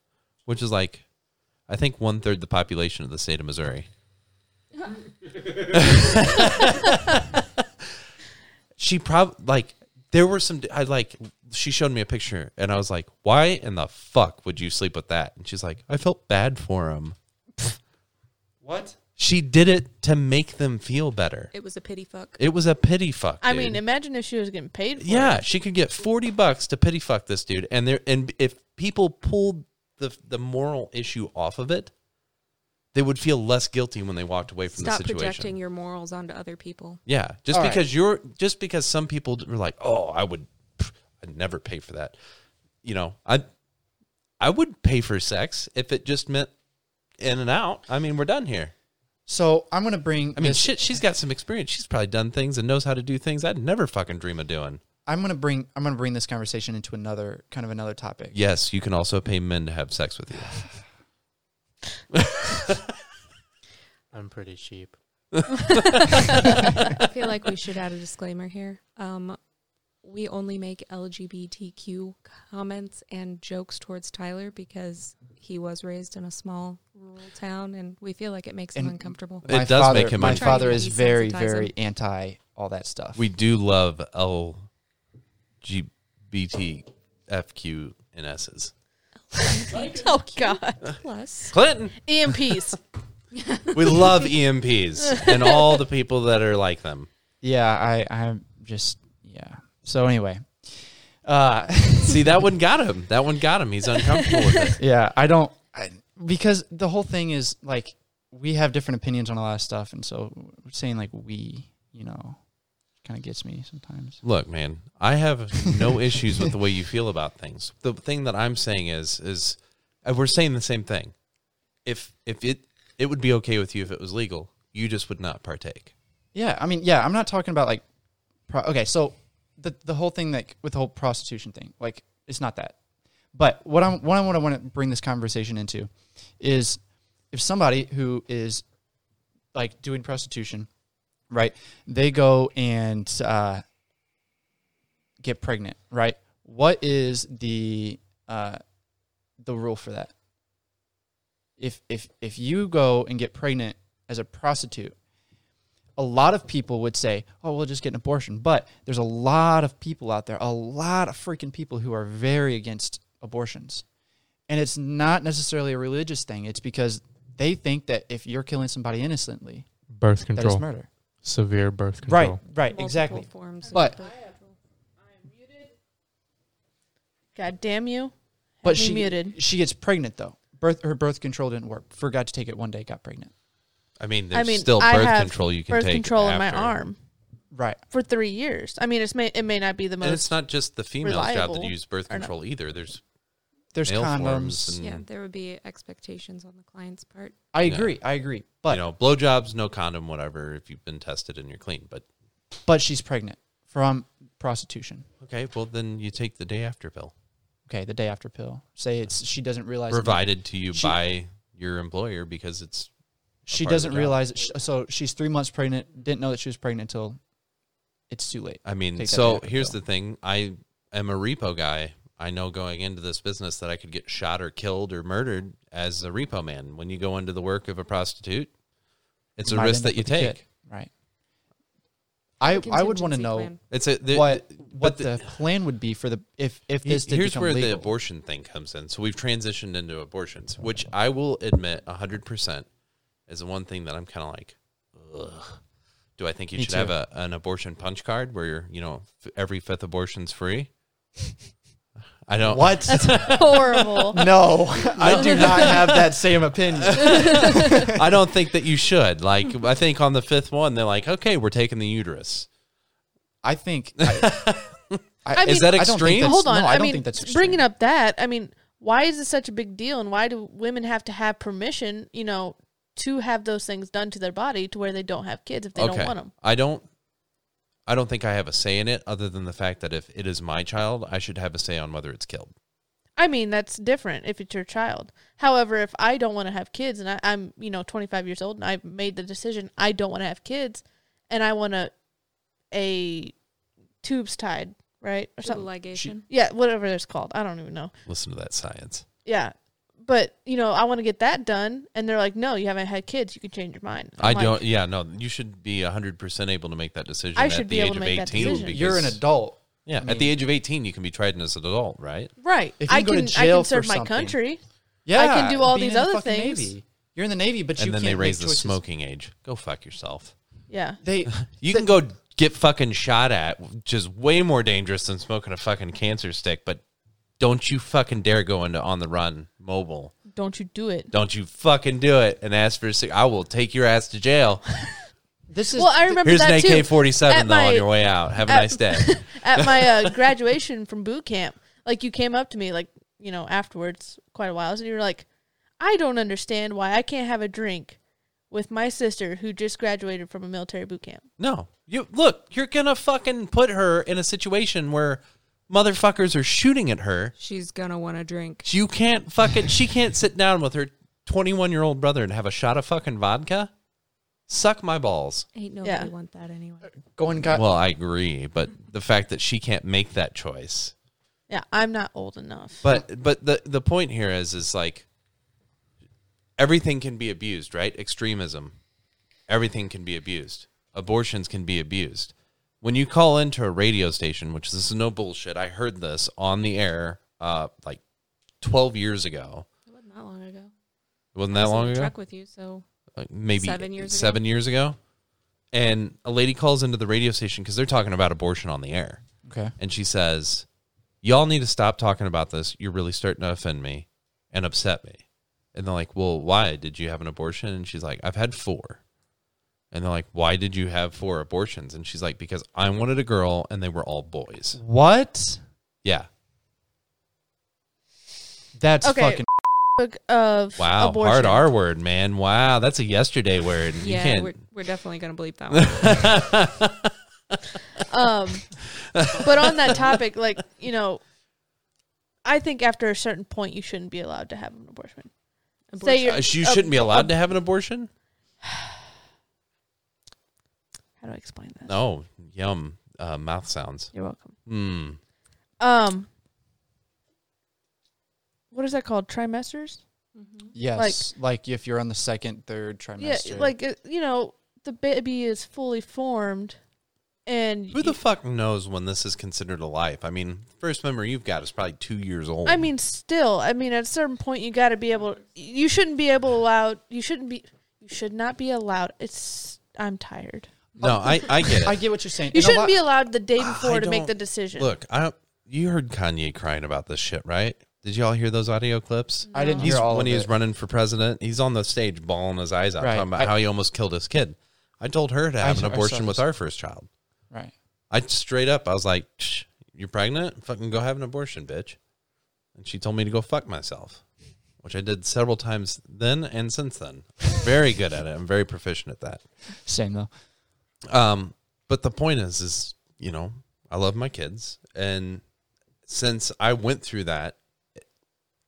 which is like, I think one third the population of the state of Missouri. she probably like there were some I like she showed me a picture and I was like, "Why in the fuck would you sleep with that?" And she's like, "I felt bad for him."
What?
She did it to make them feel better.
It was a pity fuck.
It was a pity fuck.
I
dude.
mean, imagine if she was getting paid for
yeah,
it.
she could get 40 bucks to pity fuck this dude and there and if people pulled the the moral issue off of it, they would feel less guilty when they walked away from
Stop
the situation.
projecting your morals onto other people.
Yeah, just
All right.
because you're just because some people d- were like, "Oh, I would pff, I'd never pay for that." You know, I I would pay for sex if it just meant in and out. I mean, we're done here.
So I'm gonna bring.
I mean,
this,
shit, she's got some experience. She's probably done things and knows how to do things I'd never fucking dream of doing.
I'm gonna bring. I'm gonna bring this conversation into another kind of another topic.
Yes, you can also pay men to have sex with you.
I'm pretty cheap.
I feel like we should add a disclaimer here. Um, we only make LGBTQ comments and jokes towards Tyler because he was raised in a small rural town, and we feel like it makes him
And-
uncomfortable.
It does
father,
make him
My
uncomfortable.
father
Trying to
is very,
desensitize
very
him.
anti all that stuff.
We do love LGBTQ and S's.
Oh God. E
Plus,
Clinton.
EMPs.
We love E EMPs and all the people that are like them.
yeah, I, I'm just yeah. So anyway, uh,
See, that one got him. That one got him. He's uncomfortable with it.
yeah, I don't I, because the whole thing is like we have different opinions on a lot of stuff, and so saying like we, you know, kind of gets me sometimes.
Look, man, I have no issues with the way you feel about things. The thing that I'm saying is, is and we're saying the same thing. If if it it would be okay with you if it was legal, you just would not partake.
Yeah, I mean, yeah, I'm not talking about like, pro- okay, so the the whole thing like with the whole prostitution thing, like it's not that. But what I'm what I want to want to bring this conversation into is if somebody who is like doing prostitution, right? They go and uh, get pregnant, right? What is the uh, the rule for that? If if if you go and get pregnant as a prostitute, a lot of people would say, "Oh, we'll just get an abortion." But there's a lot of people out there, a lot of freaking people who are very against abortions. And it's not necessarily a religious thing. It's because they think that if you're killing somebody innocently,
Birth
that is
control.
murder.
Severe birth control.
Right, right, exactly. But
God damn you. me
but she
muted.
she gets pregnant though. Birth her birth control didn't work. Forgot to take it one day, got pregnant.
I mean,
I
there's
mean,
still
I
birth
have
control you can
birth
take.
control in my
after.
arm
Right.
for three years. I mean, it's may it may not be the
And it's
most.
not just the female's job
reliable
that use birth
or not.
control either. There's
There's
male
condoms.
forms and
Yeah, there would be expectations on the client's part.
I agree. I agree. But
you know, blowjobs, no condom, whatever. If you've been tested and you're clean, but
but she's pregnant from prostitution.
okay, well then you take the day after pill,
Okay, the day after pill. Say it's she doesn't realize
provided to you
She-
by your employer because it's
she
part of the
doesn't
job.
realize it. Sh- So she's three months pregnant. Didn't know that she was pregnant until it's too late.
I mean,
Take that
so
back,
here's
though.
the thing. I am a repo guy. I know going into this business that I could get shot or killed or murdered as a repo man. When you go into the work of a prostitute, it's a
Might
risk
end up
that you
with a kid.
take.
Right. I I would want to
Contingency
know
plan.
It's a the,
what
but
what
the-
the, plan would be for the if if this did
here's
become
where the
legal.
abortion thing comes in. So we've transitioned into abortions, which I will admit 100% is the one thing that I'm kind of like, ugh. Do I think you
Me
should have
too.
a, an abortion punch card where you're, you know, f- every fifth abortion's free? I don't.
what
horrible.
No, I do not have that same opinion.
I don't think that you should. Like, I think on the fifth one, they're like, okay, we're taking the uterus.
I think. I,
I mean- Is
that
I don't think
extreme?
that's-
Hold on.
no,
I,
I, don't
mean,
think that's extreme.
bringing up that, I mean, why is it such a big deal and why do women have to have permission, you know, to have those things done to their body to where they don't have kids if they
okay.
don't want them?
I don't. I don't think I have a say in it, other than the fact that if it is my child, I should have a say on whether it's killed.
I mean, that's different if it's your child. However, if I don't want to have kids and I, I'm, you know, 25 years old and I've made the decision I don't want to have kids and I want a, a tubes tied, right? Or
Dual
something.
ligation.
yeah, whatever it's called. I don't even know.
Listen to that science.
Yeah. But, you know, I want to get that done. And they're like, no, you haven't had kids. You can change your mind.
I
I'm like,
don't. Yeah, no. You should be hundred percent able to make that decision.
I
at
should
the
be able
age
to
of
make that
18
decision.
because-
You're an adult.
Yeah, at the age of eighteen, you can be tried as an adult, right?
Right.
If you
I
go to
can, I
jail
can serve
for
my
something.
country.
Yeah,
I can do all
being
these
in the
other
fucking
things.
Navy. You're in the navy, but
And
you
then
can't
they
make
raise the
choices.
smoking age. Go fuck yourself.
Yeah.
They
You can go get fucking shot at, which is way more dangerous than smoking a fucking cancer stick, but don't you fucking dare go into on the run mobile.
Don't you do it.
Don't you fucking do it and ask for a cig- I will take your ass to jail.
this is
Well, I remember
Here's an
that
AK
At
47 though
my-
on your way out. Have a
at-
nice day.
too. At my uh, graduation from boot camp, like you came up to me, like, you know, afterwards, quite a while, and you were like, I don't understand why I can't have a drink with my sister who just graduated from a military boot camp.
No. You look, you're going to fucking put her in a situation where motherfuckers are shooting at her.
She's gonna want to drink.
You can't fucking she can't sit down with her 21-year-old brother and have a shot of fucking vodka. Suck my balls.
Ain't nobody
Yeah.
want that anyway.
going got
Well, I agree, but the fact that she can't make that choice.
Yeah, I'm not old enough.
But but the the point here is is like everything can be abused, right? Extremism. Everything can be abused. Abortions can be abused. When you call into a radio station, which this is no bullshit, I heard this on the air uh like 12 years ago.
It wasn't that long ago.
Wasn't
I
that
was
long
in the
ago?
Truck with you, so
like maybe
Seven years ago?
seven years ago. And a lady calls into the radio station because they're talking about abortion on the air.
Okay.
and she says, "Y'all need to stop talking about this. You're really starting to offend me and upset me." And they're like, "Well, why did you have an abortion?" And she's like, "I've had four. And they're like, "Why did you have four abortions?" And she's like, "Because I wanted a girl and they were all boys."
What?
Yeah.
That's
Okay.
fucking.
Book of
Wow.
abortion.
Hard R word, man. Wow, that's a yesterday word. you
Yeah,
can't.
we're, we're definitely going to bleep that one.
Um, but on that topic, like you know, I think after a certain point, you shouldn't be allowed to have an abortion. Say you're,
Uh, you shouldn't be allowed to have an abortion.
How do I explain that?
No, yum. Uh, mouth sounds.
You're welcome.
Hmm.
Um, what is that called? Trimesters?
Yes. Like, if you're on the second, third trimester.
Yeah, like it- you know, the baby is fully formed, and
Who the
you-
fuck knows when this is considered a life? I mean, first memory you've got is probably two years old.
I mean, still, I mean, at a certain point, you got to be able. You shouldn't be able allowed. You shouldn't be. You should not be allowed. It's. I'm tired.
no, I, I get it.
Oh. I get what you're saying.
You
And a
shouldn't
lot-
be allowed the day before
I
to make
don't-
the decision.
Look, I don't, you heard Kanye crying about this shit, right? Did y'all hear those audio clips?
I didn't
He's
hear all
when
of
he was
it.
running for president. He's on the stage bawling his eyes out,
Right.
talking about
I-
how he almost killed his kid. I told her to
I-
have
I
an
saw
abortion with
this.
our first child.
Right.
I straight up, I was like, "Shh, "You're pregnant? Fucking go have an abortion, bitch." And she told me to go fuck myself, which I did several times then and since then. very good at it. I'm very proficient at that.
Same though.
Um, but the point is, is you know, I love my kids, and since I went through that,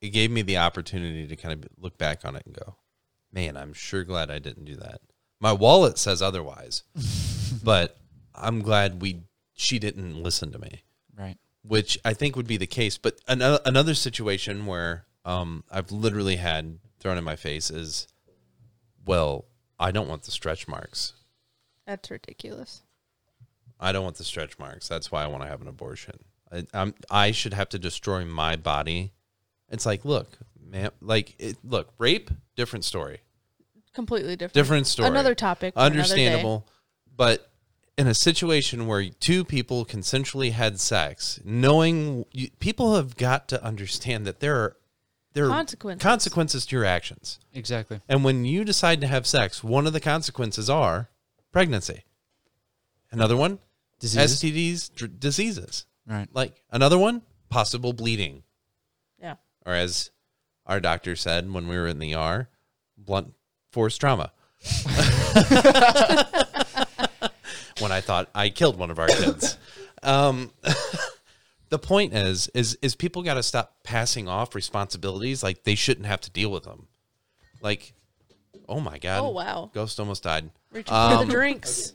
it gave me the opportunity to kind of look back on it and go, "Man, I'm sure glad I didn't do that." My wallet says otherwise, but I'm glad we she didn't listen to me
Right.
which I think would be the case. But another another situation where um, I've literally had thrown in my face is, well, I don't want the stretch marks.
That's ridiculous.
I don't want the stretch marks. That's why I want to have an abortion. I, I'm, I should have to destroy my body. It's like, look, man, like, it, look, rape, different story,
Completely different.
different story.
Another topic. for another day.
understandable but in a situation where two people consensually had sex knowing you, people have got to understand that there are there are
Consequences.
consequences to your actions
Exactly.
and when you decide to have sex one of the consequences are pregnancy another one
Diseases.
stds dr- diseases
Right.
like another one possible bleeding
Yeah.
or as our doctor said when we were in the ER, blunt force trauma. when I thought I killed one of our kids. Um, the point is, is is people got to stop passing off responsibilities like they shouldn't have to deal with them. Like, oh my god!
Oh, wow.
Ghost almost died.
Reaching
um,
for the drinks.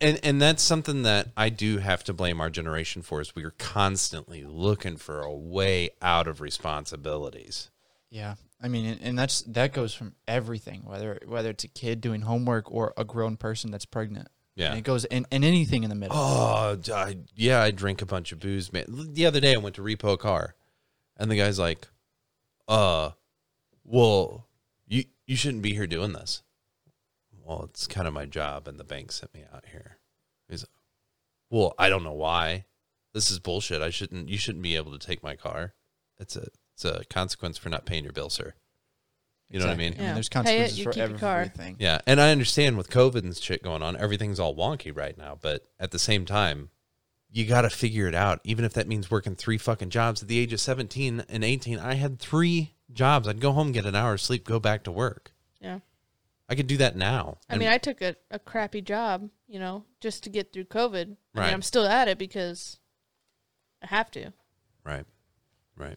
and and that's something that I do have to blame our generation for is we are constantly looking for a way out of responsibilities.
Yeah. I mean, and- and that's that goes from everything, whether whether it's a kid doing homework or a grown person that's pregnant.
Yeah.
And it goes in, in anything in the middle.
Oh, d- I, yeah, I drink a bunch of booze, man. L- The other day I went to repo a car, and the guy's like, "Uh, well, you you shouldn't be here doing this." Well, it's kind of my job, and the bank sent me out here. He's, well, I don't know why. This is bullshit. I shouldn't. You shouldn't be able to take my car. It's a it's a consequence for not paying your bill, sir. You know
Exactly.
what I mean?
Yeah.
there's
Pay it,
consequences
you
for
keep your car.
everything.
Yeah, and I understand with COVID and shit going on, everything's all wonky right now. But at the same time, you got to figure it out, even if that means working three fucking jobs. At the age of seventeen and eighteen, I had three jobs. I'd go home, get an hour of sleep, go back to work.
yeah.
I could do that now.
I
And-
mean, I took a, a crappy job, you know, just to get through COVID. I
Right.
mean, I'm still at it because I have to.
right, right.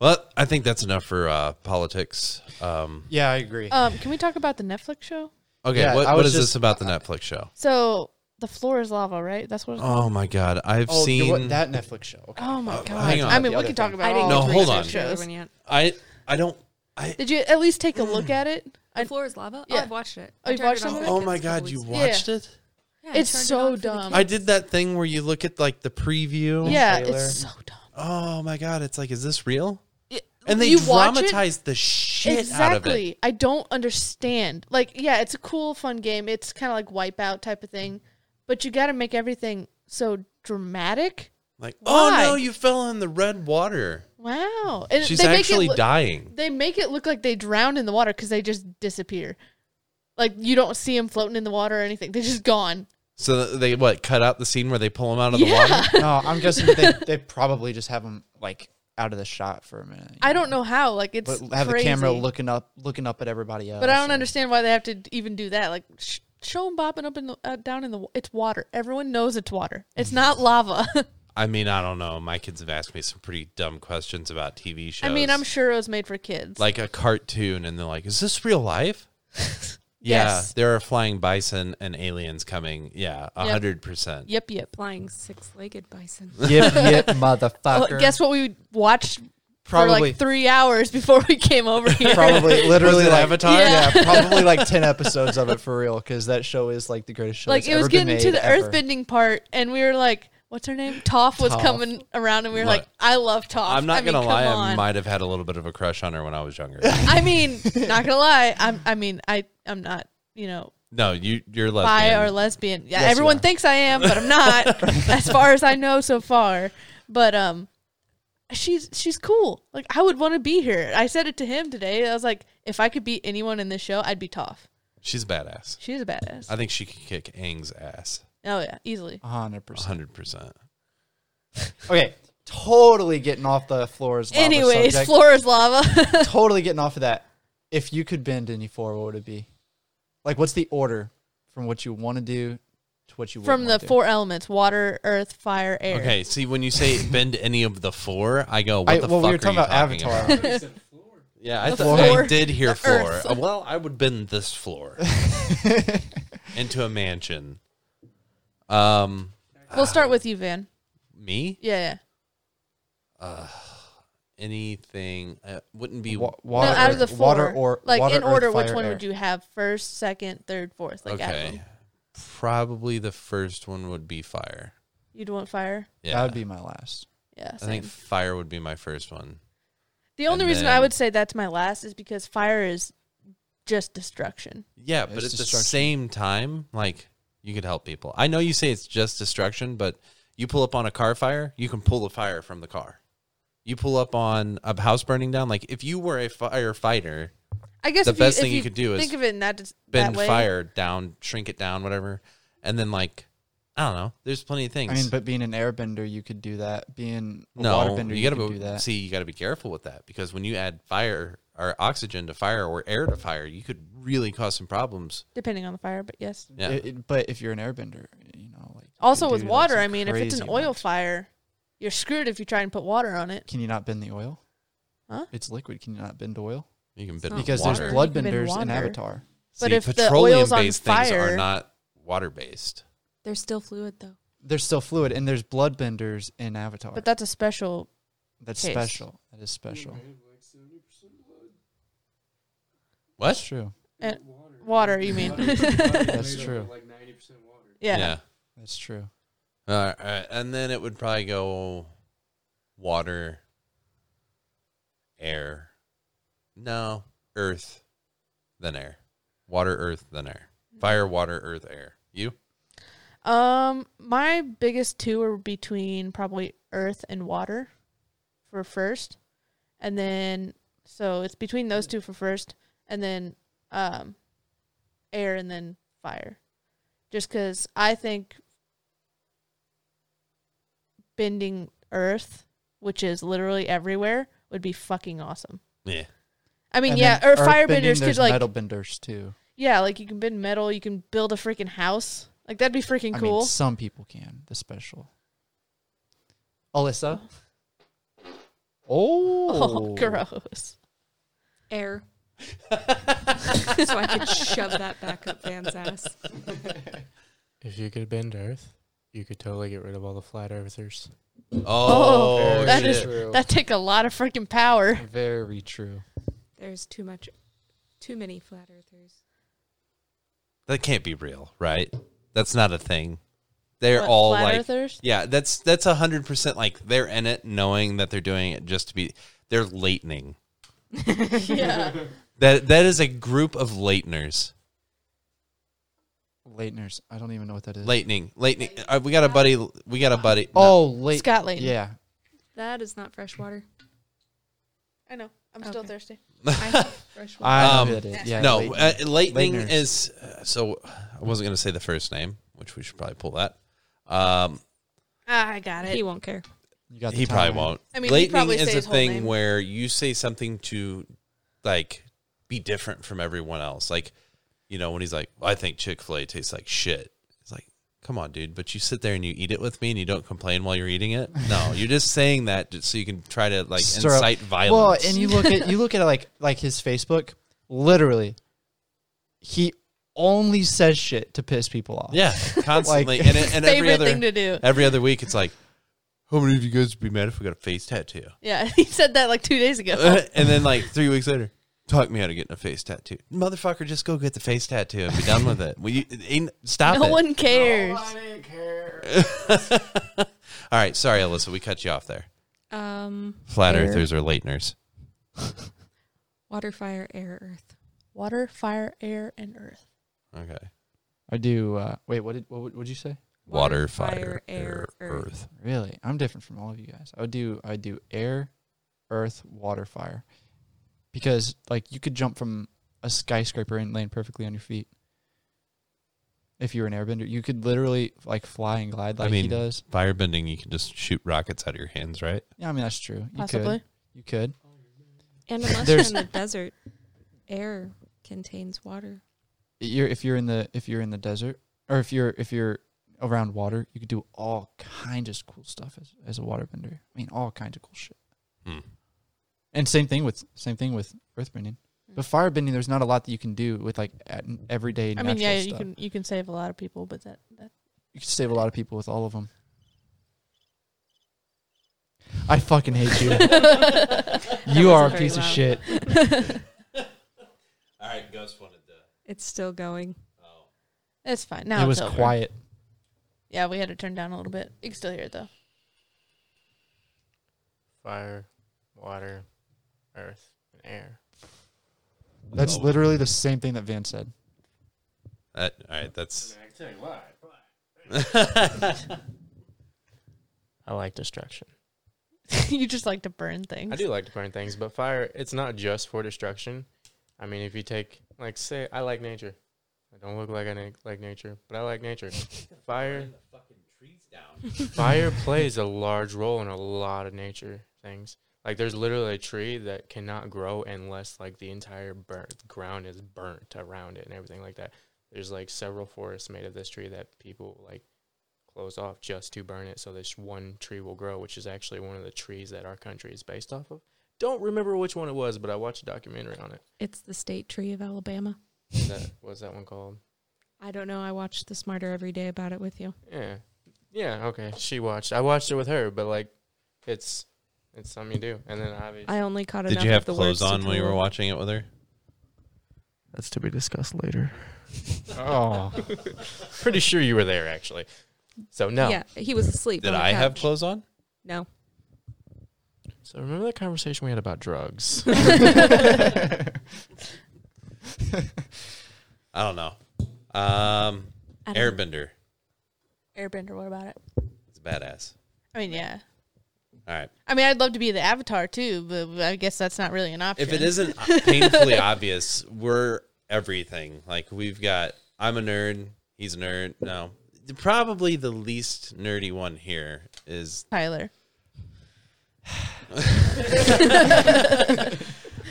Well, I think that's enough for uh, politics. Um,
Yeah, I agree.
Um, can we talk about the Netflix show?
okay,
Yeah,
what,
I
what
was
is this
just-
about the Netflix show?
So the floor is lava, right? That's what. It's
Oh my god, I've
oh,
seen
you know what, that Netflix show. Okay.
oh my god!
hang on.
I mean,
The
we
other
can talk
thing.
about
I
all
didn't
No,
get to
the
hold
Netflix
on.
research the other
shows.
one yet.
I I don't I.
Did you at least take a look at it?
The floor is lava.
Yeah.
Oh, I've watched it.
Oh, you've
turned
watched
it on
some of
for
it?
Oh
the
my
kids a couple
god, you
weeks ago.
Yeah.
watched it.
Yeah, I
It's
turned it
so
on for the
dumb.
kids.
I did that thing where you look at like the preview.
yeah,
trailer.
it's so dumb.
oh my god, it's like, is this real?
It-
And they
you watch it-
dramatize the shit out of
exactly.
it.
I don't understand. Like, yeah, it's a cool, fun game. It's kind of like Wipeout type of thing, but you got to make everything so dramatic.
Like,
Why?
oh no, you fell in the red water.
Wow. And
She's
they make it
actually
look-
dying.
They make it look like they drowned in the water because they just disappear. Like you don't see them floating in the water or anything. They're just gone.
So they what cut out the scene where they pull him out of the
Yeah.
water.
No, I'm guessing they, they probably just have them like out of the shot for a minute. you
I don't know how. Like it's
But have
crazy.
the camera looking up, looking up at everybody else.
But I don't
and-
understand why they have to d- even do that. Like sh- show them bopping up and uh, down in the. wa- It's water. Everyone knows it's water. It's not lava.
I mean, I don't know. My kids have asked me some pretty dumb questions about TV shows.
I mean, I'm sure it was made for kids.
like a cartoon, and they're like, "Is this real life?"
Yes.
Yeah, there are flying bison and aliens coming. Yeah, a
Yep.
hundred percent.
yep, yep.
Flying six legged bison.
Yip yip, motherfucker.
Well, guess what we watched for
Probably,
like three hours before we came over here.
probably, literally
Was it
like,
Avatar?
Yeah,
Yeah.
probably like ten episodes of it for real, because that show is like the greatest show.
like
that's
it was
ever been
getting to
made
the
ever.
earthbending part, and we were like, "What's her name?" Toph was
Toph.
coming around, and we were
Look,
like, "I love Toph."
I'm not
I mean,
gonna
come
lie. I
on.
might have had a little bit of a crush on her when I was younger.
I mean, not gonna lie. I'm. I mean, I. I'm not. You know,
no, you you're
bi
lesbian.
or lesbian. Yeah,
Yes, you
everyone
are.
thinks I am, but I'm not, as far as I know so far. But um, she's she's cool. Like I would want to be here. I said it to him today. I was like, if I could be anyone in this show, I'd be Toph.
She's a badass.
She's a badass.
I think she could kick Aang's ass.
oh yeah, easily.
hundred
a
percent.
hundred percent.
Okay, totally getting off the floors. lava
Anyways,
subject.
Flora's lava.
totally getting off of that. If you could bend any four, what would it be? Like, what's the order from what you want to do to what you wouldn't
From the
wanna do?
four elements: water, earth, fire, air.
Okay, see when you say bend any of the four, I go. What
I,
the
well,
fuck
we were
are
talking
you
about Avatar.
Yeah, I,
The
thought
floor.
I did hear
The
floor.
earth.
Uh, Well, I would bend this floor into a mansion. Um,
We'll start with you, Van.
me
Yeah, yeah.
anything uh, wouldn't be
Wa-
No,
water,
out of the
earth-
four,
water or
like
water,
in
earth,
order, which
fire,
one
air.
would you have first, second, third, fourth? Like out of
okay.
them.
Probably the first one would be fire.
you'd want fire.
Yeah,
That would be my last.
Yeah,
I
same.
think fire would be my first one.
The only
And
reason I
then-
would say that's my last is because fire is just destruction.
Yeah, but
It's
at the
destruction.
same time, like you could help people. I know you say it's just destruction, but you pull up on a car fire, you can pull the fire from the car. You pull up on a house burning down. Like if you were a firefighter,
I guess
The
if
best
you, if
thing you could do is
think of it in that, dis-
bend
that way.
fire down, shrink it down, whatever, and then like I don't know. There's plenty of things.
I mean, but being an airbender, you could do that. Being a
no,
waterbender,
you
you,
gotta
could
be-
do that.
see. You gotta be careful with that because when you add fire or oxygen to fire or air to fire, you could really cause some problems.
depending on the fire. But yes,
Yeah.
It- it- but if you're an airbender, you know, like you
also
could
with
do, like,
water.
some
I mean, if it's an
crazy
oil
amounts.
fire, you're screwed if you try and put water on it.
can you not bend the oil?
Huh?
It's liquid. Can you not bend oil?
you can bend
not
Because
water.
there's
You can bend
bloodbenders in
water.
Avatar.
But
See,
if the
petroleum-based
oil's on
things
fire-
are not water based.
They're still fluid though.
They're still fluid, and there's bloodbenders in Avatar.
But that's a special.
That's
Case.
special. That is special.
What?
That's true.
Uh, water, you mean?
That's true.
yeah.
That's true.
All right. And then it would probably go water, air. No, earth, then air. Water, earth, then air. Fire, water, earth, air. You?
Um, my biggest two are between probably earth and water for first, and then so it's between those two for first, and then um, air and then fire, just because I think bending earth, which is literally everywhere, would be fucking awesome.
Yeah.
I mean,
And
yeah,
then
or
earth bending,
firebenders could
There's
like
metal benders too.
yeah, like you can bend metal, you can build a freaking house, like that'd be freaking
I
cool.
mean, some people can. The special. Alyssa. Oh,
Oh, gross.
Air. so I could shove that back up Van's ass.
If you could bend Earth, you could totally get rid of all the flat earthers.
Oh,
Oh, that
shit.
is- That take a lot of freaking power.
very true.
There's too much, too many flat earthers.
that can't be real, right? That's not a thing. They're
What,
all
flat
like,
earthers?
yeah, that's that's a hundred percent like they're in it, knowing that they're doing it just to be. They're latening.
Yeah.
That that is a group of lateners.
Leitners. I don't even know what that is.
Lightning, lightning. Uh, we got a buddy. We got a buddy.
Oh, late.
Scott Leitner.
Yeah.
That is not fresh water.
I know. I'm still
Okay.
thirsty.
I know
Um,
who that is. Yeah.
no,
Leitner.
uh, lightning
Leitners.
is uh, so. I wasn't going to say the first name, which we should probably pull that. Um,
Ah, I got it.
He won't care.
You got the
he probably
timeline.
won't.
I mean, he'd
lightning
probably
is
say
a
his whole
thing
name.
where you say something to, like, be different from everyone else. Like, you know, when he's like, "I think Chick Fil A tastes like shit." It's like, come on, dude. But you sit there and you eat it with me, and you don't complain while you're eating it. No, you're just saying that just so you can try to like
Stir up-
incite violence.
Well, and you look at you look at like like his Facebook. Literally, he only says shit to piss people off.
yeah, constantly. and and, and every
Favorite
other
thing to do.
every other week, it's like, how many of you guys would be mad if we got a face tattoo?
Yeah, he said that like two days ago.
and then like three weeks later, talk me out of getting a face tattoo. Motherfucker, just go get the face tattoo and be done with it. Will you ain't, stop
no
it.
one cares.
All right, sorry, Alyssa, we cut you off there.
Um,
Flat
Fair.
earthers or Leitners.
water, fire, air, earth.
Water, fire, air, and earth.
Okay.
I do. Uh, wait, what did what would what'd you say?
Water,
Water,
fire,
fire,
air,
air,
earth.
earth.
Really, I'm different from all of you guys. I would do I do air, earth, water, fire, because like you could jump from a skyscraper and land perfectly on your feet. If you were an airbender, you could literally like fly and glide like
I mean,
he does.
firebending, you can just shoot rockets out of your hands, right?
Yeah, I mean that's true. You
Possibly.
could. You could.
And unless
There's-
you're in the desert, air contains water.
You're if you're in the if you're in the desert or if you're if you're around water, you could do all kinds of cool stuff as as a waterbender. I mean, all kinds of cool shit.
Hmm.
And same thing with same thing with earthbending.
Hmm.
But firebending, there's not a lot that you can do with like at- everyday.
I
Natural
mean, yeah,
stuff.
you can you can save a lot of people, but that, that
you can save a lot of people with all of them. I fucking hate you. you are a
wasn't very
piece of
loud.
shit.
All right, Ghost wanted to.
It's still going.
it's fine. Now
it was
it's over.
quiet.
Yeah, we had to turn down a little bit. You can still hear it though.
Fire, water, earth, and air.
That's
Oh.
literally the same thing that Van said.
That, all right, that's
I can tell you why. I like destruction.
you just like to burn things.
I do like to burn things, but fire, it's not just for destruction. I mean, if you take, like, say, I like nature. I don't look like I na- like nature, but I like nature. Fire. fire plays a large role in a lot of nature things. Like, there's literally a tree that cannot grow unless, like, the entire bur- ground is burnt around it and everything like that. There's, like, several forests made of this tree that people, like, close off just to burn it so this one tree will grow, which is actually one of the trees that our country is based off of. Don't remember which one it was, but I watched a documentary on it.
It's the state tree of Alabama.
That was that one called?
I don't know. I watched The Smarter Every Day about it with you.
Yeah. Yeah, okay. She watched. I watched it with her, but like it's it's something you do. And then obviously
I only caught
Did
enough
you have
of the
clothes
words to
on when you
drool.
were watching it with her?
That's to be discussed later.
Oh,
Pretty sure you were there actually. So no.
Yeah, he was asleep.
Did
on the
I have
couch.
clothes on?
No.
So remember that conversation we had about drugs?
I don't know. Um,
I don't-
Airbender.
Airbender, what about it?
It's badass.
I mean, yeah.
All right.
I mean, I'd love to be the Avatar too, but I guess that's not really an option.
If it isn't painfully obvious, we're everything. Like we've got. I'm a nerd. He's a nerd. No, probably the least nerdy one here is.
Tyler,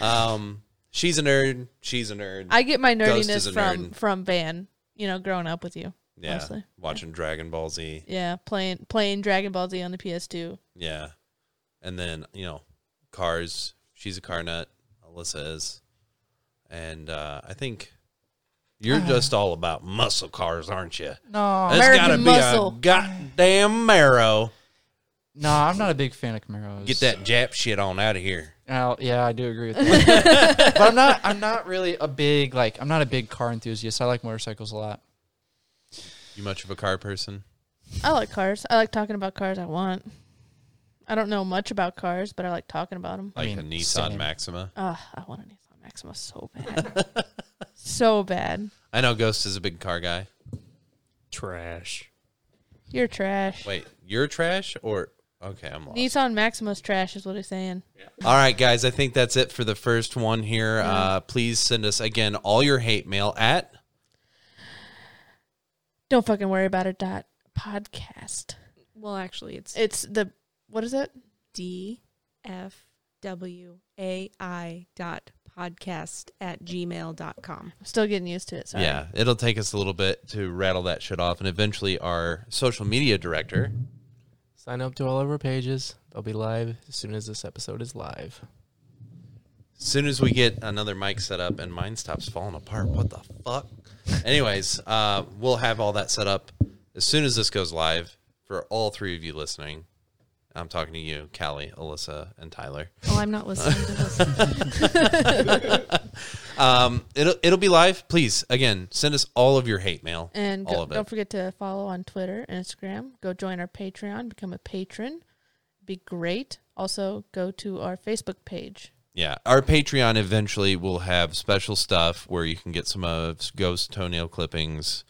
Um, she's a nerd. She's a nerd.
I get my
Ghost is
nerdiness
a
from
nerd.
from Van. You know, growing up with you.
yeah,
honestly.
watching Dragon Ball Z.
Yeah, playing playing Dragon Ball Z on the PS2.
Yeah, and then you know, cars. She's a car nut. Alyssa is, and uh, I think you're just all about muscle cars, aren't you?
no.
It's got to
Uh-huh. American
be a
muscle.
goddamn marrow.
No, I'm not a big fan of Camaros.
Get that Jap shit on out of here.
Oh, yeah, I do agree with that. but I'm not. I'm not really a big like. I'm not a big car enthusiast. I like motorcycles a lot.
You much of a car person?
I like cars. I like talking about cars. I want. I don't know much about cars, but I like talking about them.
Like
mean,
a Nissan
same.
Maxima?
Ugh, I want a Nissan Maxima so bad, so bad.
I know Ghost is a big car guy.
Trash.
You're trash.
Wait, you're trash or okay? I'm lost.
Nissan Maxima's trash is what he's saying.
All right, guys. I think that's it for the first one here. Uh, please send us again all your hate mail at
Don't fucking worry about it. Dot podcast.
Well, actually, it's
It's the what is it?
D F W A I dot podcast at gmail dot com.
I'm still getting used to it. Sorry.
yeah. It'll take us a little bit to rattle that shit off, and eventually our social media director.
Sign up to all of our pages. They'll be live as soon as this episode is live.
As soon as we get another mic set up and mine stops falling apart, what the fuck? Anyways, uh, we'll have all that set up as soon as this goes live for all three of you listening. I'm talking to you, Callie, Alyssa, and Tyler.
Oh, I'm not listening to this.
Um, It'll it'll be live. Please, again, send us all of your hate mail
And
all
go,
of it.
don't forget to follow on Twitter and Instagram. Go join our Patreon. Become a patron. Be great. Also, go to our Facebook page.
Yeah, our Patreon eventually will have special stuff where you can get some of ghost toenail clippings.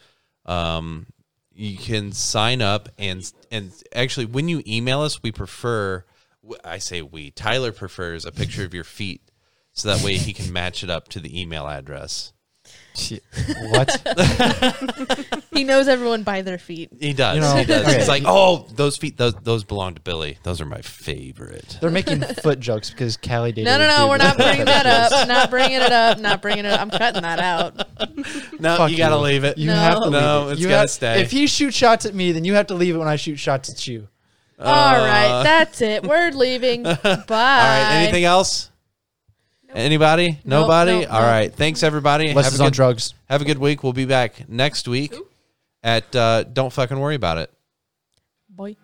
Um, you can sign up and and actually, when you email us, we prefer. I say we. Tyler prefers a picture of your feet, so that way he can match it up to the email address.
what?
He knows everyone by their feet.
He does.
You know,
he does.
okay.
He's like, oh, those feet, those those belong to Billy. Those are my favorite.
They're making foot jokes because Callie dated.
No, no,
a
no.
dude
We're
with
not
a
bringing that up. Not bringing it up. Not bringing it up. I'm cutting that out.
No,
Fuck
you gotta
you.
leave it.
You
No.
have to leave
No,
it.
it's
You
gotta
have-
stay.
If he shoots shots at me, then you have to leave it when I shoot shots at you.
All right. That's it. We're leaving. Bye.
Uh. All right. Anything else? Anybody? Nobody?
nope,
All
nope.
right. Thanks, everybody.
Unless
have,
it's
a
on
good,
drugs.
have a good week. We'll be back next week at uh, Don't Fucking Worry About It.
Boy.